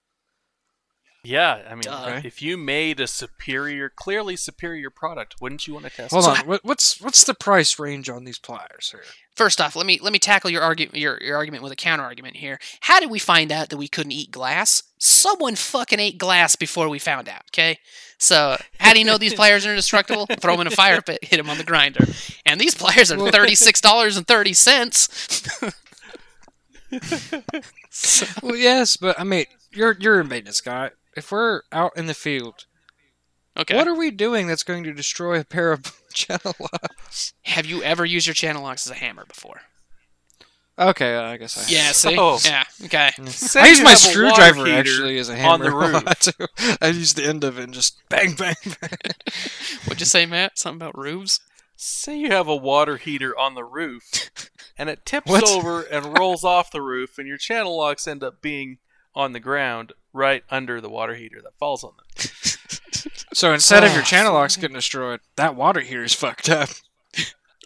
S2: yeah, I mean,
S1: Duh.
S2: if you made a superior, clearly superior product, wouldn't you want to test it?
S3: Hold
S1: So
S3: on.
S1: I-
S3: What, what's what's the price range on these pliers here?
S1: First off, let me let me tackle your argument your, your argument with a counter argument here. How did we find out that we couldn't eat glass? Someone fucking ate glass before we found out. Okay, so how do you know these pliers are indestructible? Throw them in a fire pit, hit them on the grinder, and these pliers are thirty six dollars and thirty cents.
S3: Well, yes, but I mean, you're you're a maintenance guy. If we're out in the field
S1: Okay.
S3: What are we doing that's going to destroy a pair of channel locks?
S1: Have you ever used your channel locks as a hammer before?
S3: Okay, uh, I guess I.
S1: Yeah. See.
S2: Oh.
S1: Yeah. Okay.
S3: I use
S2: you
S3: my
S2: have a water
S3: screwdriver
S2: heater
S3: actually as a
S2: on
S3: hammer
S2: the
S3: a lot, too. I use the end of it and just bang, bang, bang.
S1: What'd you say, Matt? Something about roofs?
S2: Say you have a water heater on the roof, and it tips
S3: What?
S2: over and rolls off the roof, and your channel locks end up being on the ground right under the water heater that falls on them.
S3: So instead of
S1: Oh,
S3: your channel locks getting destroyed, that water heater is fucked up.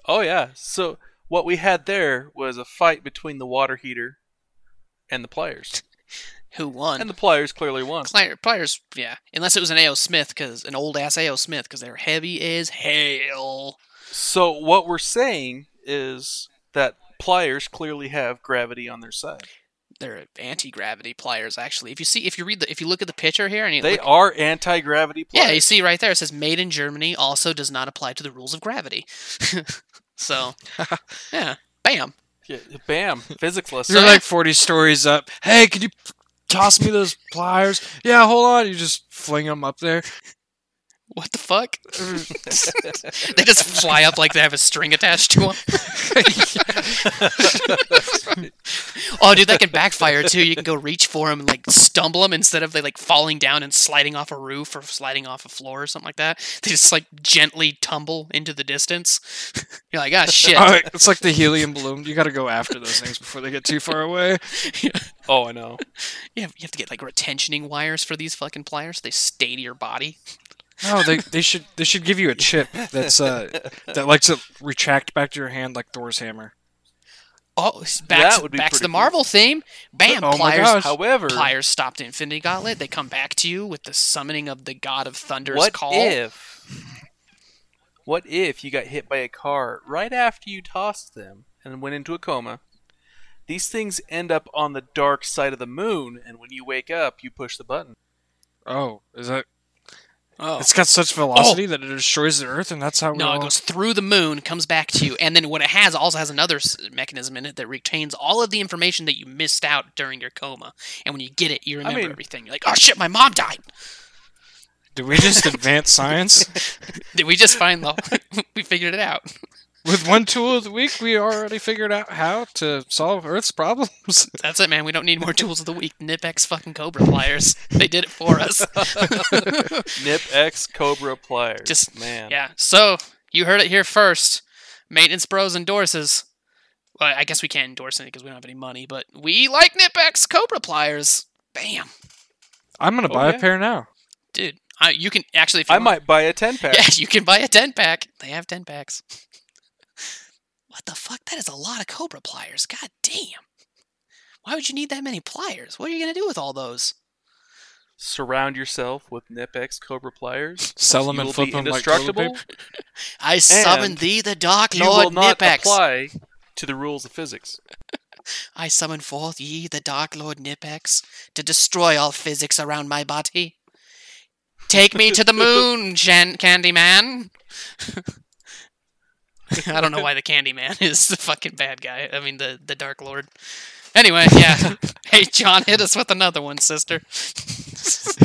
S2: Oh yeah. So what we had there was a fight between the water heater and the pliers,
S1: Who won?
S2: and the pliers clearly won.
S1: Pli- pliers, yeah. Unless it was an A.O. Smith, because an old ass A.O. Smith, because they were heavy as hell.
S2: So what we're saying is that pliers clearly have gravity on their side.
S1: They're anti-gravity pliers, actually. If you see, if you read the, if you look at the picture here, and you
S2: They
S1: look-
S2: are anti-gravity pliers.
S1: yeah, you see right there it says "Made in Germany" also does not apply to the rules of gravity. so, yeah, bam.
S2: Yeah, bam, physics lesson.
S3: You're like 40 stories up. Hey, could you toss me those pliers? Yeah, hold on. You just fling them up there.
S1: What the fuck?
S2: Mm.
S1: they just fly up like they have a string attached to them. oh, dude, that can backfire too. You can go reach for them and like stumble them instead of they like falling down and sliding off a roof or sliding off a floor or something like that. They just like gently tumble into the distance. You're like, ah, shit.
S3: Oh, it's like the helium balloon. You got to go after those things before they get too far away.
S2: oh, I know.
S1: You have, you have to get like retentioning wires for these fucking pliers. They stay to your body.
S3: No, they, they should they should give you a chip that's uh that likes to retract back to your hand like Thor's hammer.
S1: Oh, it's back
S2: That
S1: to,
S2: would be
S1: back to
S2: pretty
S1: the
S2: cool.
S1: Marvel theme. Bam,
S3: Oh my
S1: pliers.
S3: gosh.
S2: However,
S1: Pliers stopped Infinity Gauntlet. They come back to you with the summoning of the God of Thunder's
S2: what
S1: call.
S2: if? What if you got hit by a car right after you tossed them and went into a coma? These things end up on the dark side of the moon, and when you wake up, you push the button.
S3: Oh, is that?
S1: Oh.
S3: It's got such velocity that it destroys the Earth, and that's how we
S1: No,
S3: all.
S1: it goes through the moon, comes back to you, and then what it has also has another s- mechanism in it that retains all of the information that you missed out during your coma. And when you get it, you remember
S2: mean-
S1: everything. You're like, oh shit, my mom died.
S3: Did we just advance science?
S1: Did we just find the? we figured it out.
S3: With one tool of the week, we already figured out how to solve Earth's problems.
S1: That's it, man. We don't need more tools of the week. Nipex fucking Cobra pliers. They did it for us.
S2: Nip X Cobra pliers.
S1: Just-
S2: man.
S1: Yeah. So you heard it here first. Maintenance Bros endorses. Well, I guess we can't endorse it because we don't have any money, but we like Nipex Cobra pliers. Bam,
S3: I'm gonna
S2: Oh,
S3: buy
S2: yeah.
S3: a pair now.
S1: dude. I, you can actually. If you
S2: I
S1: want-
S2: might buy a ten pack.
S1: Yeah, you can buy a ten pack. They have ten packs. what the fuck? That is a lot of Cobra pliers. God damn. Why would you need that many pliers? What are you gonna do with all those?
S2: Surround yourself with Nip X Cobra pliers.
S3: Sell them
S2: you
S3: and
S2: will
S3: flip
S2: be
S3: them like toilet
S2: indestructible.
S3: paper.
S1: I summon
S2: And
S1: thee, the Dark
S2: you will
S1: Lord
S2: not
S1: Nipex.
S2: apply to the rules of physics.
S1: I summon forth ye, the Dark Lord Nipex, to destroy all physics around my body. Take me to the moon, Jan- Candyman. I don't know why the Candyman is the fucking bad guy. I mean, the, the Dark Lord. Anyway, yeah. hey, John, hit us with another one, sister.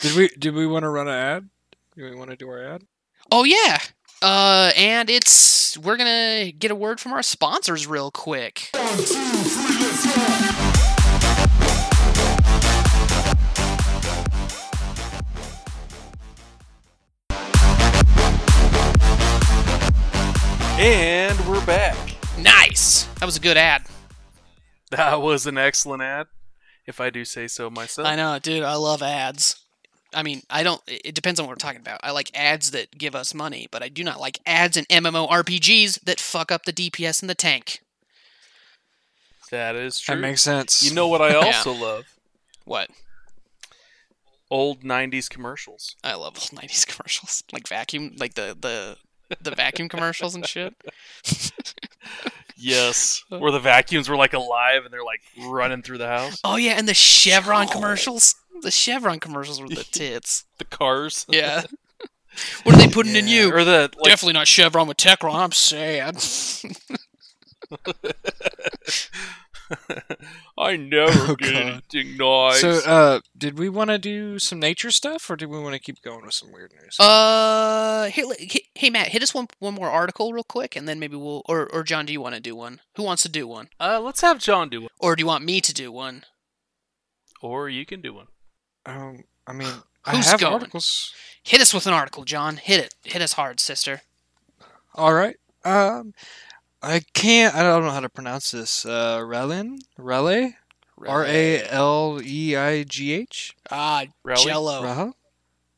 S3: Did we? Did we want to run an ad? Do we want to do our ad?
S1: Oh yeah. Uh, and it's we're gonna get a word from our sponsors real quick.
S2: And we're back.
S1: Nice. That was a good ad.
S2: That was an excellent ad, if I do say so myself.
S1: I know, dude. I love ads. I mean, I don't. It it depends on what we're talking about. I like ads that give us money, but I do not like ads in MMORPGs that fuck up the DPS in the tank.
S2: That is true.
S3: That makes sense.
S2: you know what I
S1: Yeah.
S2: also love?
S1: What?
S2: Old '90s commercials.
S1: I love old '90s commercials, like vacuum, like the the the vacuum commercials and shit.
S2: Yes, where the vacuums were like alive and they're like running through the house.
S1: Oh yeah, and the Chevron commercials. The Chevron commercials were the tits.
S2: The cars.
S1: Yeah. What are they putting in
S2: Yeah,
S1: you?
S2: Or the like,
S1: Definitely not Chevron with Tecron. I'm sad.
S2: I never
S3: Oh,
S2: did
S3: God.
S2: anything nice.
S3: So, uh, did we want to do some nature stuff, or did we want to keep going with some weird news?
S1: Uh, hey, li- hey- hey, Matt, hit us one one more article real quick, and then maybe we'll or or John, do you want to do one? Who wants to do one,
S2: uh, let's have John do one,
S1: or do you want me to do one?
S2: or you can do one.
S3: um, I mean, I
S1: Who's
S3: have
S1: going?
S3: articles.
S1: Hit us with an article, John. Hit it. Hit us hard, sister.
S3: All right. Um, I can't. I don't know how to pronounce this. Uh, Relin, Raleigh, R A L E I G H.
S1: Ah,
S2: Raleigh?
S1: Jello.
S3: Rahal.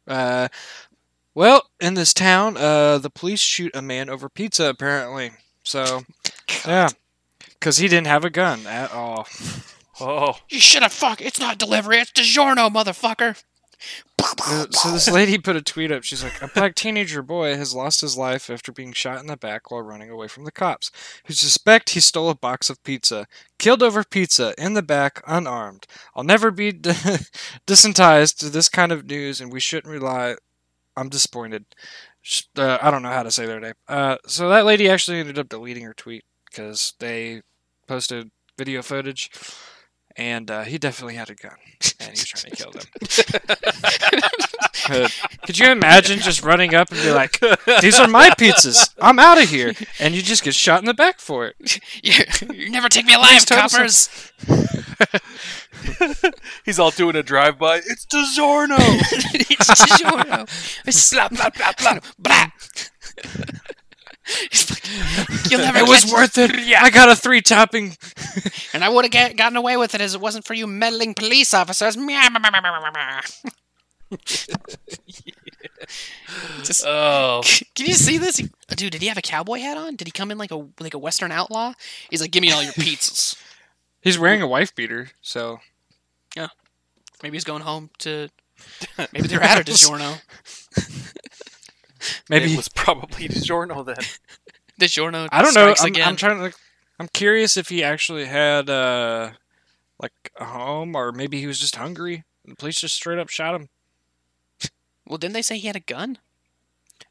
S3: Uh, well, in this town, uh, the police shoot a man over pizza apparently. So, yeah, because he didn't have a gun at all.
S2: Oh,
S1: You should have fuck. It's not delivery. It's DiGiorno, motherfucker.
S3: Uh, So this lady put a tweet up. She's like, "A black teenager boy has lost his life after being shot in the back while running away from the cops, who suspect he stole a box of pizza. Killed over pizza in the back, unarmed. I'll never be d- desensitized to this kind of news, and we shouldn't rely. I'm disappointed. Sh- Uh, I don't know how to say their name. Uh, so that lady actually ended up deleting her tweet because they posted video footage, and uh, he definitely had a gun, and he was trying to kill them. Uh, Could you imagine just running up and be like, "These are my pizzas. I'm out of here," and you just get shot in the back for it?
S1: you, you never take me alive,
S3: tell us
S1: coppers.
S2: he's all doing a drive-by. It's DiGiorno.
S1: it's DiGiorno. It's slap, blah, blah, blah, blah. It's like, You'll never
S3: It was
S1: catch-
S3: worth it. I got a three-topping.
S1: And I would have get, gotten away with it as it wasn't for you meddling police officers. Meow, meow, meow, meow, meow, meow, meow. Just-
S2: oh,
S1: Can you see this, dude? Did he have a cowboy hat on? Did he come in like a like a Western outlaw? He's like, give me all your pizzas.
S3: He's wearing a wife beater, so
S1: Maybe he's going home to. Maybe they're out of DiGiorno.
S3: maybe
S2: it was probably DiGiorno then.
S1: DiGiorno.
S3: I don't know.
S1: strikes
S3: I'm,
S1: again.
S3: I'm trying to. Like, I'm curious if he actually had uh, like a home, or maybe he was just hungry. and The police just straight up shot him.
S1: well, didn't they say he had a gun?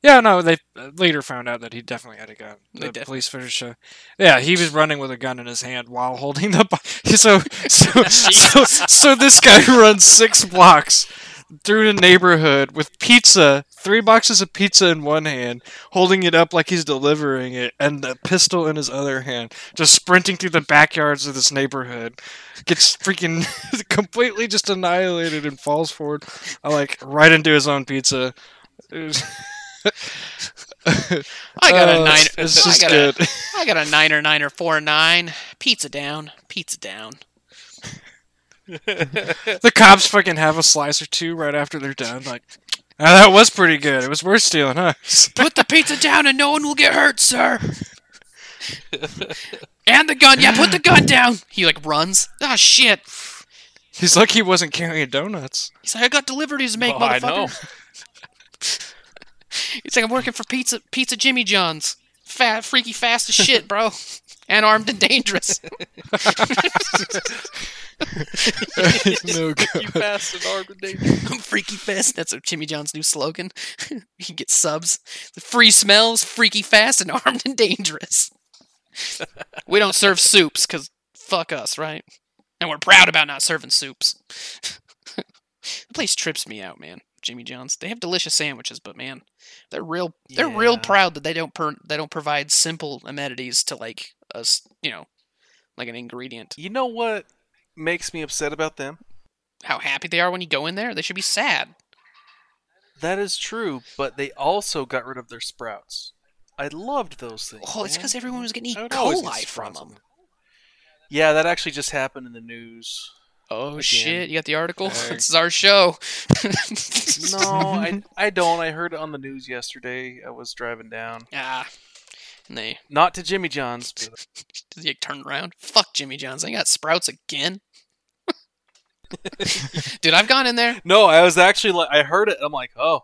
S3: Yeah, no, they uh, later found out that he definitely had a gun.
S1: They
S3: The
S1: definitely-
S3: police footage show. Yeah, he was running with a gun in his hand while holding the. bo- So so so, so this guy runs six blocks through the neighborhood with pizza, three boxes of pizza in one hand, holding it up like he's delivering it, and a pistol in his other hand, just sprinting through the backyards of this neighborhood. Gets freaking completely just annihilated and falls forward, uh, like right into his own pizza. It was-
S1: I got
S3: Oh,
S1: a niner.
S3: It's, it's just
S1: I got
S3: good.
S1: A, I got a niner, niner, four, nine. Pizza down. Pizza down.
S3: the cops fucking have a slice or two right after they're done. Like, "Ah, that was pretty good. It was worth stealing, huh?
S1: Put the pizza down and no one will get hurt, sir. and the gun. Yeah, put the gun down. He like runs. Ah, shit.
S3: He's lucky he wasn't carrying donuts.
S1: He's like, I got deliveries to make,
S2: Oh, I
S1: motherfucker.
S2: know.
S1: It's like I'm working for Pizza Pizza Jimmy John's. Fat, freaky, fast as shit, bro, and armed and dangerous.
S3: no
S2: You
S3: good.
S2: fast and armed and dangerous.
S1: I'm freaky fast. That's a Jimmy John's new slogan. you can get subs. The free smells, freaky fast, and armed and dangerous. we don't serve soups because fuck us, right? And we're proud about not serving soups. the place trips me out, man. Jimmy John's. They have delicious sandwiches, but man, they're real. They're real
S2: Yeah.
S1: proud that they don't per- they don't provide simple amenities to like us. You know, like an ingredient.
S2: You know what makes me upset about them?
S1: How happy they are when you go in there. They should be sad.
S2: That is true, but they also got rid of their sprouts. I loved those things.
S1: Oh, it's
S2: man.
S1: because everyone was getting E.
S2: I would always get
S1: coli from
S2: sprouts on
S1: them.
S2: Yeah, that actually just happened in the news.
S1: Oh
S2: again.
S1: shit! You got the article.
S3: Dang.
S1: this is our show.
S2: No, I, I don't. I heard it on the news yesterday. I was driving down,
S1: Ah, and they
S2: not to Jimmy John's. But...
S1: did you turn around. Fuck Jimmy John's. I got sprouts again. Dude, I've gone in there.
S2: No, I was actually like, I heard it. I'm like, oh,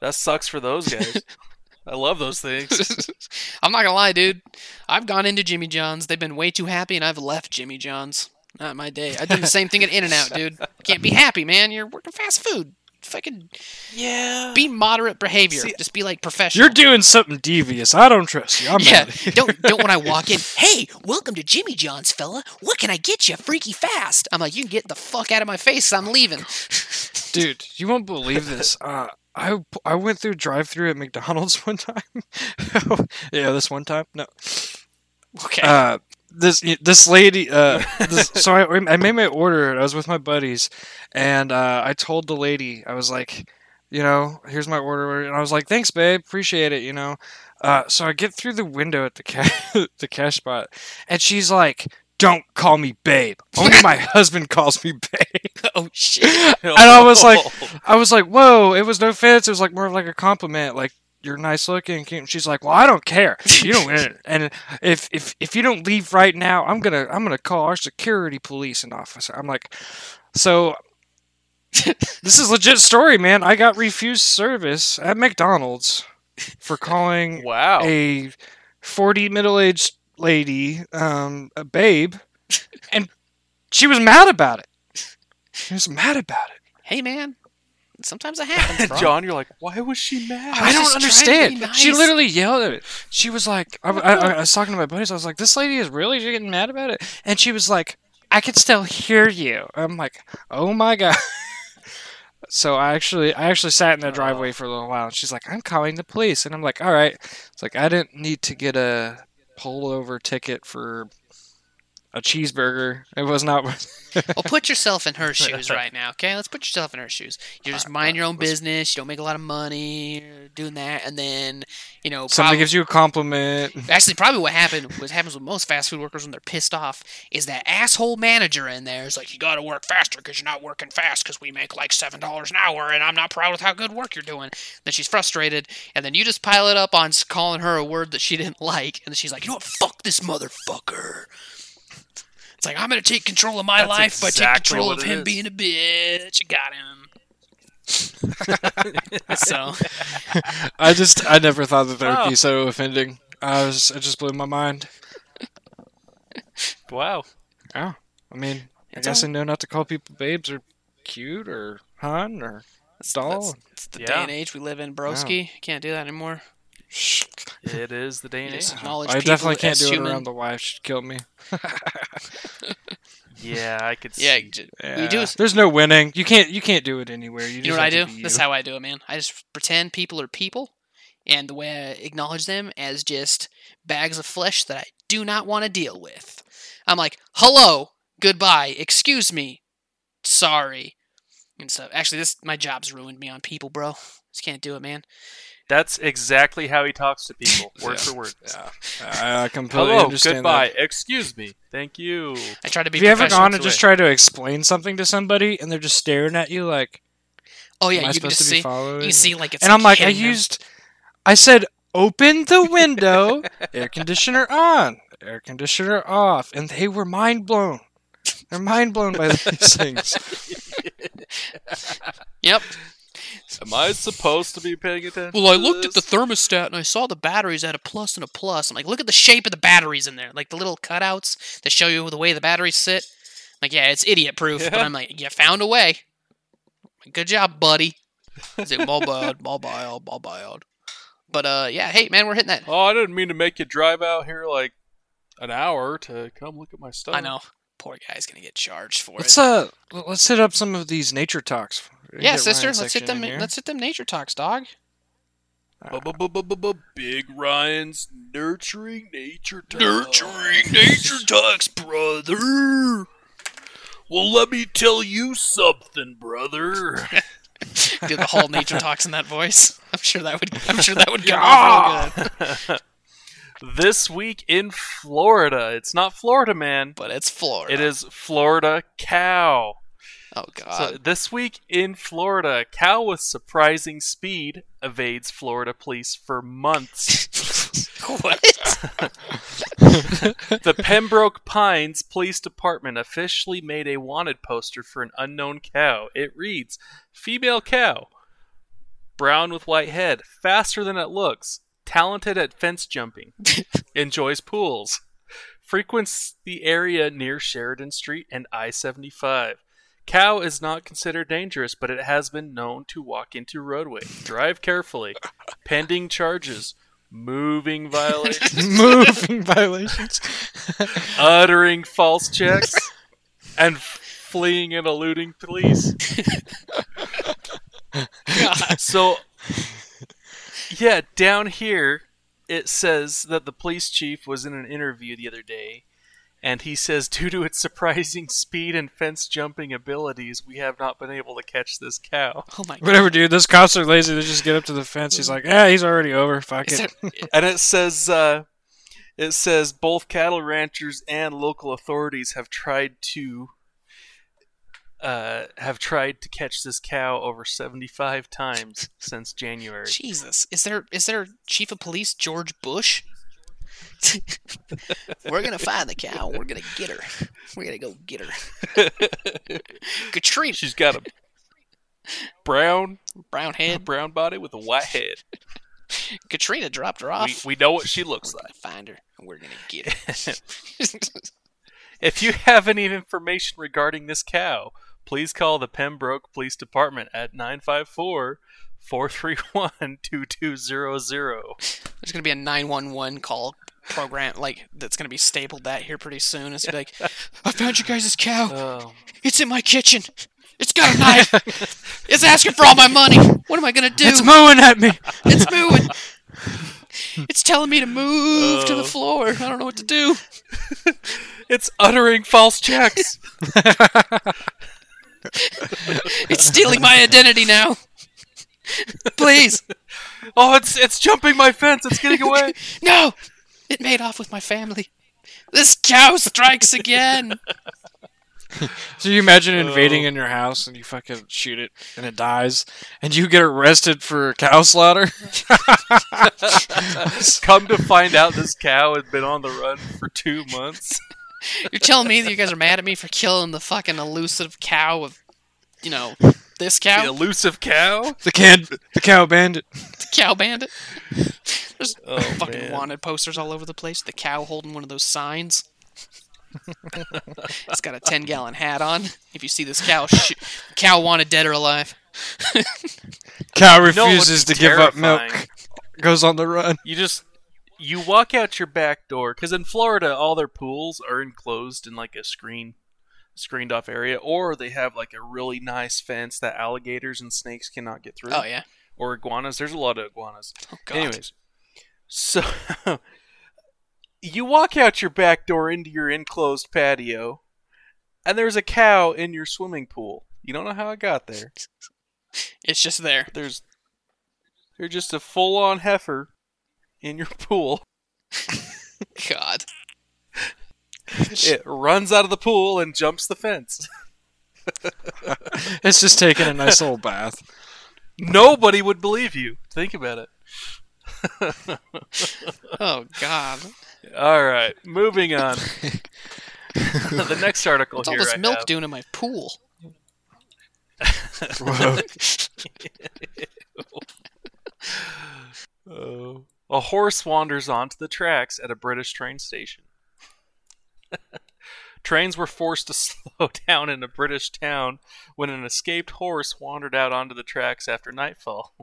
S2: that sucks for those guys. I love those things.
S1: I'm not gonna lie, dude. I've gone into Jimmy John's. They've been way too happy, and I've left Jimmy John's. Not my day. I did the same thing at In-N-Out, dude. Can't be happy, man. You're working fast food. fucking
S2: Yeah.
S1: be moderate behavior.
S2: See-
S1: Just be like professional.
S3: You're doing something devious. I don't trust you. I'm
S1: yeah,
S3: out of here.
S1: don't don't when I walk in. Hey, welcome to Jimmy John's, fella. What can I get you, freaky fast? I'm like, you can get the fuck out of my face. 'cause I'm leaving.
S3: dude. You won't believe this. Uh, I I went through drive-through at McDonald's one time. yeah, this one time. No.
S1: okay.
S3: Uh, this this lady. Uh, this, so I I made my order. and I was with my buddies, and uh, I told the lady I was like, you know, here's my order, and I was like, thanks, babe, appreciate it, you know. Uh, so I get through the window at the cash the cash spot, and she's like. Don't call me babe. Only my husband calls me babe.
S1: oh shit.
S2: and
S3: I was like- I was like, whoa, it was no offense. It was like more of like a compliment. Like, you're nice looking. Cute. And she's like, well, I don't care. You don't. win it. and if if if you don't leave right now, I'm gonna I'm gonna call our security police and officer. I'm like, so. this is legit story, man. I got refused service at McDonald's for calling
S2: wow.
S3: a 40 middle-aged lady um, a babe, and she was mad about it. She was mad about it.
S1: Hey man, sometimes it happens, bro.
S2: John, you're like, why was she mad?
S3: I
S1: was
S3: don't
S1: just trying to
S3: understand.
S1: be
S3: She
S1: nice.
S3: literally yelled at it. She was like, I, I, I was talking to my buddies. I was like, this lady is really getting mad about it. And she was like, I can still hear you. I'm like, oh my god. So I actually, I actually sat in the driveway for a little while, and she's like, "I'm calling the police," and I'm like, "All right." It's like I didn't need to get a pullover ticket for a cheeseburger. It was not.
S1: well, put yourself in her shoes right now, okay? Let's put yourself in her shoes. You
S3: Uh,
S1: just mind your own business. You don't make a lot of money you're doing that, and then you know.
S3: Somebody
S1: Probably,
S3: gives you a compliment.
S1: actually, probably what happened, what happens with most fast food workers when they're pissed off, is that asshole manager in there is like, "You got to work faster because you're not working fast because we make like seven dollars an hour, and I'm not proud with how good work you're doing." Then she's frustrated, and then you just pile it up on s- calling her a word that she didn't like, and then she's like, "You know what? Fuck this motherfucker." It's like I'm gonna take control of my
S2: That's
S1: life by taking
S2: exactly
S1: control
S2: what
S1: of
S2: it
S1: him
S2: is.
S1: being a bitch. I Got him. so
S3: I just I never thought that that would
S2: Oh.
S3: be so offending. I was it just blew my mind.
S2: wow.
S3: Yeah. I mean,
S1: It's
S3: I guess
S1: all-
S3: I know not to call people babes or cute or hun or
S1: that's,
S3: doll.
S1: that's the day
S2: Yeah.
S1: and age we live in, broski. Can't do that anymore.
S2: It is the day and age.
S1: Just acknowledge
S3: I
S1: people
S3: definitely can't
S1: as
S3: do
S1: human.
S3: it around the wife. She'd kill me.
S2: Yeah, I could see.
S1: Yeah, j- we do.
S3: Yeah. There's no winning. You can't. You can't do it anywhere. You,
S1: You know
S3: just
S1: what I
S3: have to
S1: do?
S3: be
S1: That's
S3: you.
S1: how I do it, man. I just pretend people are people, and the way I acknowledge them as just bags of flesh that I do not want to deal with. I'm like, hello, goodbye, excuse me, sorry, and stuff. Actually, this my job's ruined me on people, bro. Just can't do it, man.
S2: That's exactly how he talks to people, word
S3: Yeah.
S2: for word.
S3: Yeah. I, I completely
S2: Hello,
S3: understand
S2: goodbye,
S3: that.
S2: excuse me, thank you.
S1: I try to be.
S3: If you ever
S1: professional.
S3: gone
S2: away.
S3: and just try to explain something to somebody and they're just staring at you like,
S1: oh
S3: "Am
S1: yeah,
S3: I
S1: you can
S3: supposed
S1: just
S3: to be
S1: see. You
S3: following?"
S1: can see like it's.
S3: and I'm like, I
S1: hitting them.
S3: used, I said, open the window, air conditioner on, air conditioner off, and they were mind blown. They're mind blown by these things.
S1: Yep.
S2: Am I supposed to be paying attention?
S1: Well, I
S2: to
S1: looked at the
S2: this?
S1: thermostat and I saw the batteries had a plus and a plus. I'm like, look at the shape of the batteries in there, like the little cutouts that show you the way the batteries sit. like, yeah, it's idiot proof, but
S2: Yeah.
S1: I'm like, you found a way. Good job, buddy. Is it my bad, my bad, my bad. But uh, yeah, hey man, we're hitting that.
S2: Oh, I didn't mean to make you drive out here like an hour to come look at my stuff.
S1: I know, poor guy's gonna get charged for
S3: Let's
S1: it.
S3: uh, l- let's hit up some of these nature talks. We can
S1: Yeah,
S3: get
S1: sister,
S3: Ryan's
S1: let's hit
S3: section
S1: them.
S3: in here.
S1: Let's hit them nature talks, dog.
S2: Big Ryan's nurturing nature. Talk.
S1: nature talks, brother.
S2: Well, let me tell you something, brother.
S1: do the whole nature talks in that voice. I'm sure that would. I'm sure that would come off real good.
S2: this week in Florida, it's not Florida man.
S1: But it's Florida.
S2: It is Florida cow.
S1: Oh God.
S2: So this week in Florida, a cow with surprising speed evades Florida police for months.
S1: what?
S2: the Pembroke Pines Police Department officially made a wanted poster for an unknown cow. It reads, "Female cow, brown with white head, faster than it looks, talented at fence jumping, enjoys pools, frequents the area near Sheridan Street and I-75." Cow is not considered dangerous, but it has been known to walk into roadway. Drive carefully. Pending charges. Moving violations.
S3: Moving violations.
S2: uttering false checks. And fleeing and eluding police.
S1: God.
S2: So, yeah, down here it says that the police chief was in an interview the other day, and he says, due to its surprising speed and fence jumping abilities, we have not been able to catch this cow.
S1: Oh my god.
S3: Whatever, dude. Those cops are lazy. They just get up to the fence. He's like, yeah, he's already over. Fuck
S1: Is
S3: it.
S1: there-
S2: And it says, uh, it says both cattle ranchers and local authorities have tried to. Uh, have tried to catch this cow over 75 times since January.
S1: Jesus, is there is there chief of police George Bush? We're gonna find the cow. We're gonna get her. We're gonna go get her. Katrina,
S2: She's got a brown
S1: brown
S2: a
S1: head.
S2: brown body with a white head.
S1: Katrina dropped her
S2: We,
S1: off.
S2: we know what she looks
S1: We're
S2: like.
S1: gonna find her. and We're gonna get her.
S2: If you have any information regarding this cow, please call the Pembroke Police Department at 954 431 2200.
S1: There's gonna be a nine one one call program like that's gonna be stapled that here pretty soon. It's gonna be like, I found you guys' cow.
S2: Oh,
S1: It's in my kitchen. It's got a knife. It's asking for all my money. What am I gonna do?
S3: It's mowing at me.
S1: It's moving. it's telling me to move to the
S2: Oh.
S1: floor. I don't know what to do.
S2: it's uttering false checks.
S1: It's stealing my identity now. Please,
S2: oh, it's it's jumping my fence. It's getting away.
S1: no! It made off with my family. This cow strikes again.
S3: So you imagine
S1: Oh.
S3: invading in your house and you fucking shoot it and it dies and you get arrested for cow slaughter?
S2: Come to find out, this cow had been on the run for two months.
S1: You're telling me that you guys are mad at me for killing the fucking elusive cow of, you know, this
S2: The
S1: cow,
S2: elusive cow.
S3: The kid, the cow bandit.
S1: the cow bandit. There's
S2: Oh,
S1: fucking
S2: man.
S1: wanted posters all over the place. The cow holding one of those signs. it's got a ten gallon hat on. If you see this cow, sh- cow wanted dead or alive.
S3: Cow
S2: No, it would
S3: refuses
S2: be
S3: to give up
S2: terrifying.
S3: milk, goes on the run.
S2: you just you walk out your back door because in Florida all their pools are enclosed in like a screen screened off area or they have like a really nice fence that alligators and snakes cannot get through
S1: Oh yeah.
S2: or iguanas there's a lot of iguanas
S1: Oh god.
S2: anyways so you walk out your back door into your enclosed patio and there's a cow in your swimming pool you don't know how it got there
S1: It's just there.
S2: there's there's just a full-on heifer in your pool
S1: God.
S2: It runs out of the pool and jumps the fence.
S3: It's just taking a nice little bath.
S2: Nobody would believe you. Think about it.
S1: Oh god.
S2: All right, moving on. the next article
S1: What's all
S2: here.
S1: this
S2: I
S1: milk
S2: have-
S1: doing in my pool?
S3: Whoa.
S2: Oh. A horse wanders onto the tracks at a British train station. Trains were forced to slow down in a British town when an escaped horse wandered out onto the tracks after nightfall.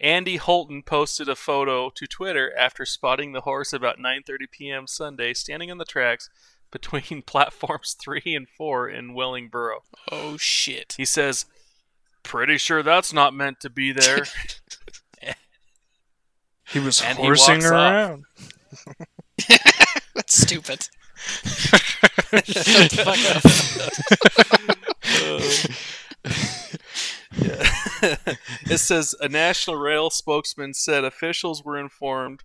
S2: Andy Holton posted a photo to Twitter after spotting the horse about 9:30 p.m. Sunday standing on the tracks between platforms 3 and 4 in Wellingborough.
S1: Oh shit.
S2: He says, "Pretty sure that's not meant to be there."
S3: He was
S2: And he
S3: horsing
S2: walks off.
S3: around.
S1: That's stupid.
S2: it says a national rail spokesman said officials were informed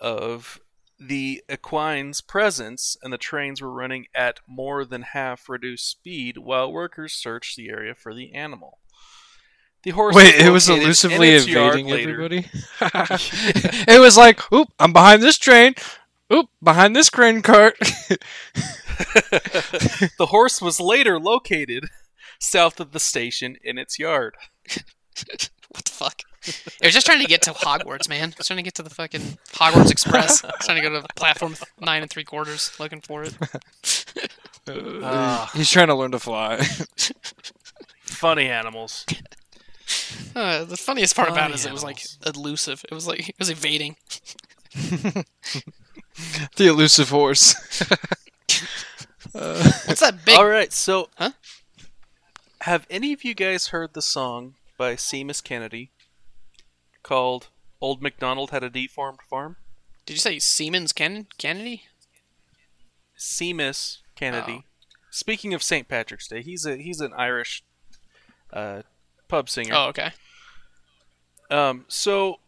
S2: of the equine's presence and the trains were running at more than half reduced speed while workers searched the area for the animal. The horse
S3: Wait, it was
S2: located in
S3: elusively
S2: its yard
S3: evading
S2: later.
S3: everybody. it was like, oop, I'm behind this train. Oop, behind this grain cart.
S2: the horse was later located south of the station in its yard.
S1: What the fuck? They're just trying to get to Hogwarts, man. It's trying to get to the fucking Hogwarts Express. It's trying to go to platform th- nine and three quarters, looking for it.
S2: Ah.
S3: he's trying to learn to fly.
S2: Funny animals.
S1: Uh, the funniest part about it is
S2: Funny
S1: it was like elusive. It was like it was evading.
S3: the elusive horse. Uh,
S1: What's that big?
S2: All right, so
S1: Huh?
S2: have any of you guys heard the song by Seamus Kennedy called "Old MacDonald Had a Deformed Farm"?
S1: Did you say Siemens Ken- Kennedy?
S2: Seamus
S1: Oh.
S2: Kennedy. Speaking of St. Patrick's Day, he's a he's an Irish uh, pub singer.
S1: Oh, okay.
S2: Um, so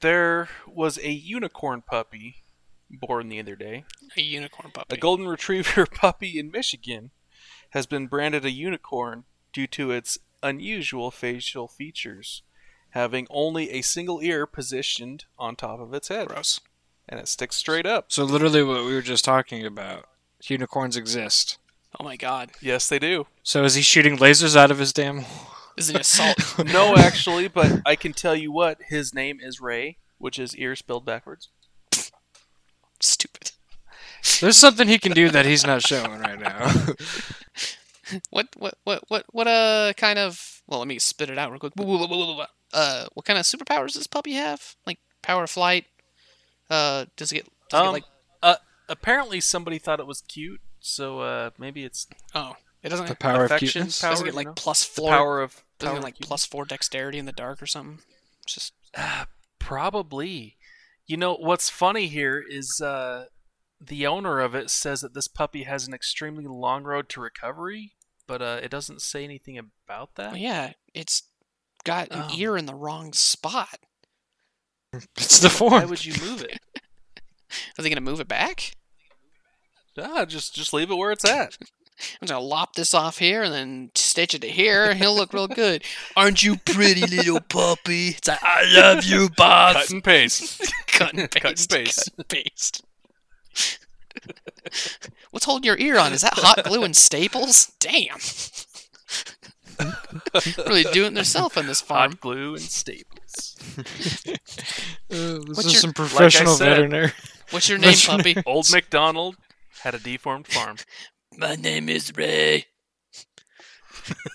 S2: there was a unicorn puppy born the other day.
S1: A unicorn puppy.
S2: A golden retriever puppy in Michigan has been branded a unicorn due to its unusual facial features, having only a single ear positioned on top of its head,
S1: Gross.
S2: and it sticks straight up.
S3: so literally, what we were just talking about. Unicorns exist.
S1: Oh my god.
S2: Yes, they do.
S3: So is he shooting lasers out of his damn?
S1: This is an assault.
S2: No, actually, but I can tell you what his name is Ray, which is ear spelled backwards.
S1: Stupid.
S3: There's something he can do that he's not showing right now.
S1: What what what what what uh kind of well let me spit it out real quick. Woo, woo, woo, woo, woo, woo. Uh what kind of superpowers does puppy have? Like power of flight? Uh does it get, does it get
S2: Um,
S1: like
S2: uh, apparently, somebody thought it was cute, so uh, maybe it's
S1: oh it doesn't
S3: the
S1: it
S3: power of
S2: Affection,
S3: cuteness.
S2: power-
S1: doesn't get
S2: you know?
S1: like plus
S2: the
S1: four
S2: power of
S1: doesn't
S2: power
S1: get
S2: of
S1: like
S2: cute.
S1: plus four dexterity in the dark or something. It's just
S2: Probably. You know what's funny here is uh, the owner of it says that this puppy has an extremely long road to recovery, but uh, it doesn't say anything about that.
S1: well, Oh, yeah, it's got an
S2: Um,
S1: ear in the wrong spot.
S3: It's the
S2: Why
S3: form.
S2: would you move it?
S1: Are they gonna move it back?
S2: ah, just just leave it where it's at.
S1: I'm just gonna lop this off here and then stitch it to here, and he'll look real good. Aren't you pretty little puppy? It's like I love you, boss.
S2: and paste.
S1: Cut and
S2: Cut and
S1: paste.
S2: paste.
S1: Cut and paste. What's holding your ear on? Is that hot glue and staples? Damn. really doing themselves on this farm.
S2: Hot glue and staples.
S3: Uh, this
S1: What's
S3: is
S1: your-
S3: some
S1: Like
S2: I
S3: professional
S2: said.
S3: veterinary.
S1: What's your name,
S3: Missionary.
S1: puppy?
S2: Old MacDonald had a deformed farm.
S1: My name is Ray.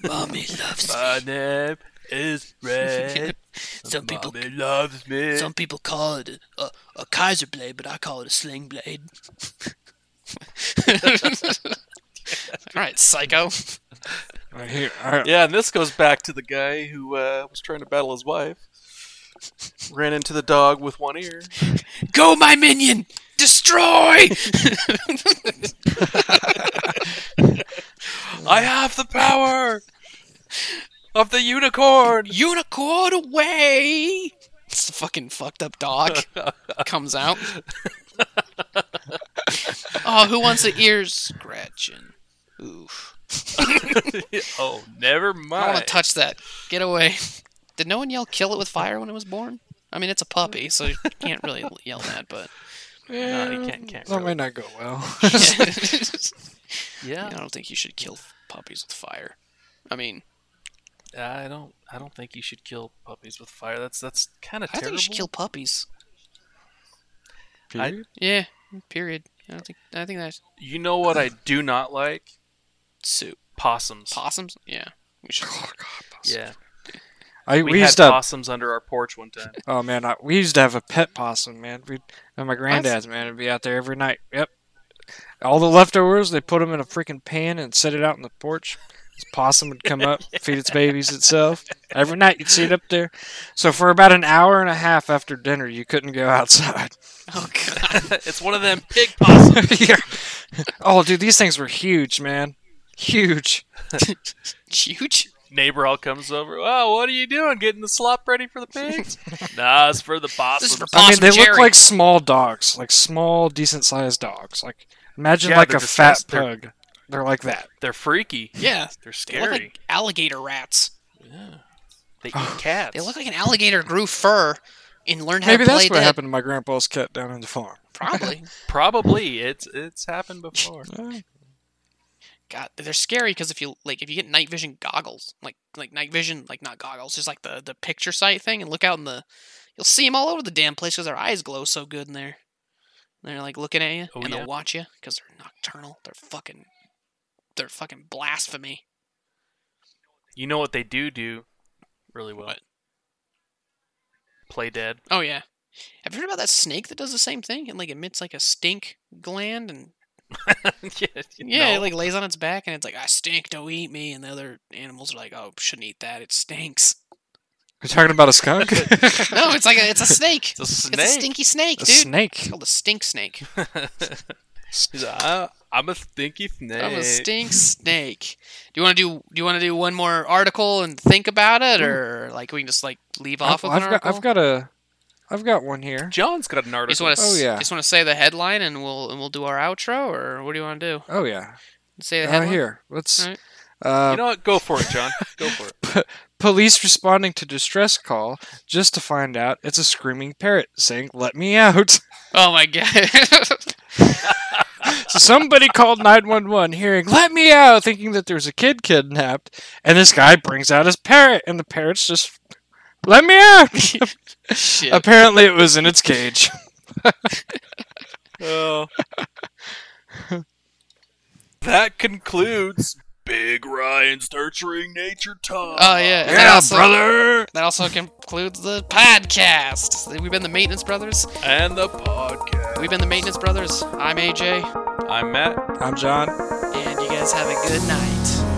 S1: Mommy loves
S2: My name is Red.
S1: Some people-
S2: Mommy loves me.
S1: Some people call it a, a, a Kaiser blade, but I call it a sling blade. All right, psycho.
S3: Right here. All right.
S2: Yeah, and this goes back to the guy who uh, was trying to battle his wife. Ran into the dog with one ear.
S1: Go, my minion! Destroy!
S2: I have the power of the unicorn.
S1: Unicorn away! It's the fucking fucked up dog. Comes out. oh, who wants an ear scratching? Oof.
S2: oh, never
S1: I don't want
S2: mind.
S1: to touch that. Get away. Did no one yell kill it with fire when it was born? I mean, it's a puppy, so you can't really yell that, but.
S2: No, you can't- can't
S3: That
S2: really.
S3: might not go well.
S2: yeah,
S1: I don't think you should kill puppies with fire. I mean,
S2: I don't. I don't think you should kill puppies with fire. That's that's kind of
S1: I don't
S2: terrible.
S1: think you should kill puppies.
S2: I-
S1: Yeah, period. I don't think. I think that's
S2: You know what I do not like?
S1: soup.
S2: Possums.
S1: Possums. Yeah, we should.
S2: yeah,
S3: I,
S2: we,
S3: we,
S2: had
S3: used to.
S2: possums under our porch one time.
S3: Oh man, I, we used to have a pet possum, man. We and my granddad's man would be out there every night. Yep. All the leftovers, they put them in a freaking pan and set it out on the porch. This possum would come up, feed its babies itself. Every night you'd see it up there. So for about an hour and a half after dinner, you couldn't go outside.
S1: Oh god.
S2: it's one of them pig possums.
S3: yeah. Oh, dude, these things were huge, man. Huge.
S1: Huge.
S2: Neighbor all comes over. Oh, what are you doing? Getting the slop ready for the pigs? nah, it's for the
S1: This is
S2: possums.
S1: for
S3: I mean,
S1: possum
S3: they look
S1: Jerry.
S3: like small dogs, like small, decent-sized dogs. Like imagine
S2: Yeah,
S3: like
S2: they're
S3: a fat
S2: disgust- they're-
S3: pug. they're like that.
S2: They're freaky.
S1: Yeah, they
S2: They're scary.
S1: look like alligator rats.
S2: They eat cats.
S1: They look like an alligator grew fur and learned how
S3: Maybe
S1: to play
S3: that's what
S1: dead.
S3: happened to my grandpa's cat down on the farm.
S1: Probably.
S2: probably it's it's happened before.
S1: God, they're scary because if you like, if you get night vision goggles, like like night vision, like not goggles, just like the the picture sight thing, and look out in the, you'll see them all over the damn place because their eyes glow so good in there. And they're like looking at you
S2: Oh,
S1: and
S2: yeah.
S1: they'll watch you because they're nocturnal. They're fucking their fucking blasphemy.
S2: You know what they do do really well?
S1: What?
S2: Play dead.
S1: Oh yeah. Have you heard about that snake that does the same thing and like emits like a stink gland and
S2: yeah,
S1: yeah,
S2: no.
S1: it like lays on its back and it's like I stink, don't eat me, and the other animals are like, oh, shouldn't eat that, it stinks.
S3: You're talking about a skunk?
S1: No, it's like a, it's a snake.
S2: it's a snake.
S1: It's a stinky snake,
S3: a
S1: dude.
S3: snake.
S1: It's called a stink snake.
S2: He's like, "I- I'm a stinky snake.
S1: I'm a stink snake. Do you want to do? Do you want to do one more article and think about it, or like we can just like leave off
S3: I've,
S1: with an
S3: I've got,
S1: article?
S3: I've got a, I've got one here.
S2: John's got an
S1: You just
S2: article.
S1: want to,
S3: Oh, yeah.
S1: just want to say the headline, and we'll and we'll do our outro, or what do you want to do?
S3: Oh yeah,
S1: Say the
S3: uh,
S1: headline.
S3: here. Let's.
S1: Alright.
S2: you
S3: Uh,
S2: know what? Go for it, John. Go for it.
S3: police responding to distress call just to find out it's a screaming parrot saying "Let me out."
S1: Oh my god! Oh,
S3: So somebody called 911 hearing, let me out, thinking that there was a kid kidnapped. And this guy brings out his parrot, and the parrot's just, let me out.
S1: Shit.
S3: Apparently, it was in its cage.
S2: Oh. that concludes Big Ryan's nurturing nature talk.
S1: Oh yeah. And that
S3: yeah,
S1: also-
S3: brother.
S1: That also concludes the podcast. We've been the Maintenance Brothers.
S2: And the podcast.
S1: We've been the Maintenance Brothers. I'm AJ,
S2: I'm Matt.
S3: I'm John.
S1: and you guys have a good night.